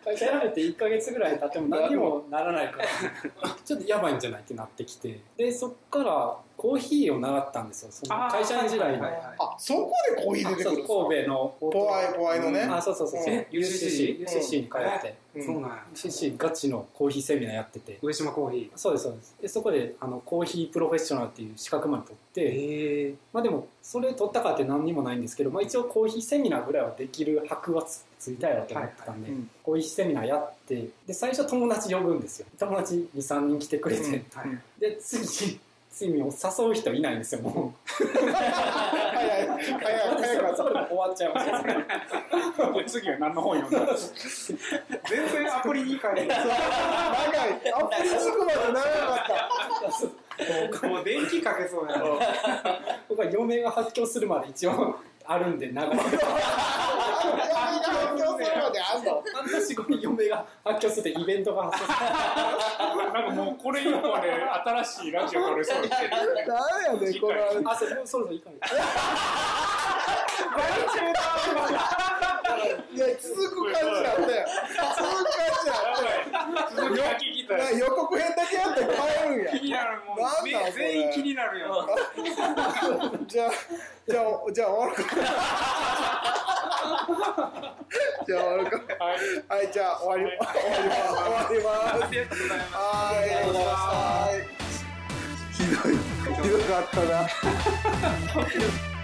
会社辞めて1か月ぐらい経っても何にもならないから ちょっとやばいんじゃないってなってきてでそっからコーヒーを習ったんですよその会社員時代の、
はいはいはい
あそこでコーヒー出てく
そう
るんですか
神戸の
ポワイポワイのね
あそうそうそう、
うん
UCC, UCC に通って、
うん
そうなんや
UCC ガチのコーヒーセミナーやってて
上島コーヒ
そうですそうですでそこであのコーヒープロフェッショナルっていう資格まで取って、
ー
まあでもそれ取ったかって何にもないんですけど、まあ、一応コーヒーセミナーぐらいはできる箔はつついたやろと思ってたんで、
はいはいうん
コーヒーセミナーやってで最初友達呼ぶんですよ友達23人来てくれて、
はい
で次睡眠を誘う人いないんですよもう
早い早い早かっ
それで終わっちゃいましたね
次は何の本読んだ
全然アプリに行かれ
た長いアプリつくまで長かった
もう電気かけそうやな
僕は嫁が発狂するまで一応あるんで長い
あの嫁が発狂するまであんの
半年後に嫁が発狂するってイベントが発生
なんかもうこれ以降で新しいラジオ撮れそうで す
なんやねんこの
あ
話
それもうそろそろいかない
いや続く感じだったよ続く感じだったよ
続きが聞きた
ない予告編だけあって変えるんや
気になるも
なんだ
う
これ
ね全員気になるよ
じゃあじゃあじゃあ終わるかじゃあ終わるか
はい
はいじゃあ終わり、
はい
終わります終わります
ありがとうございます
はいひどいひどかったな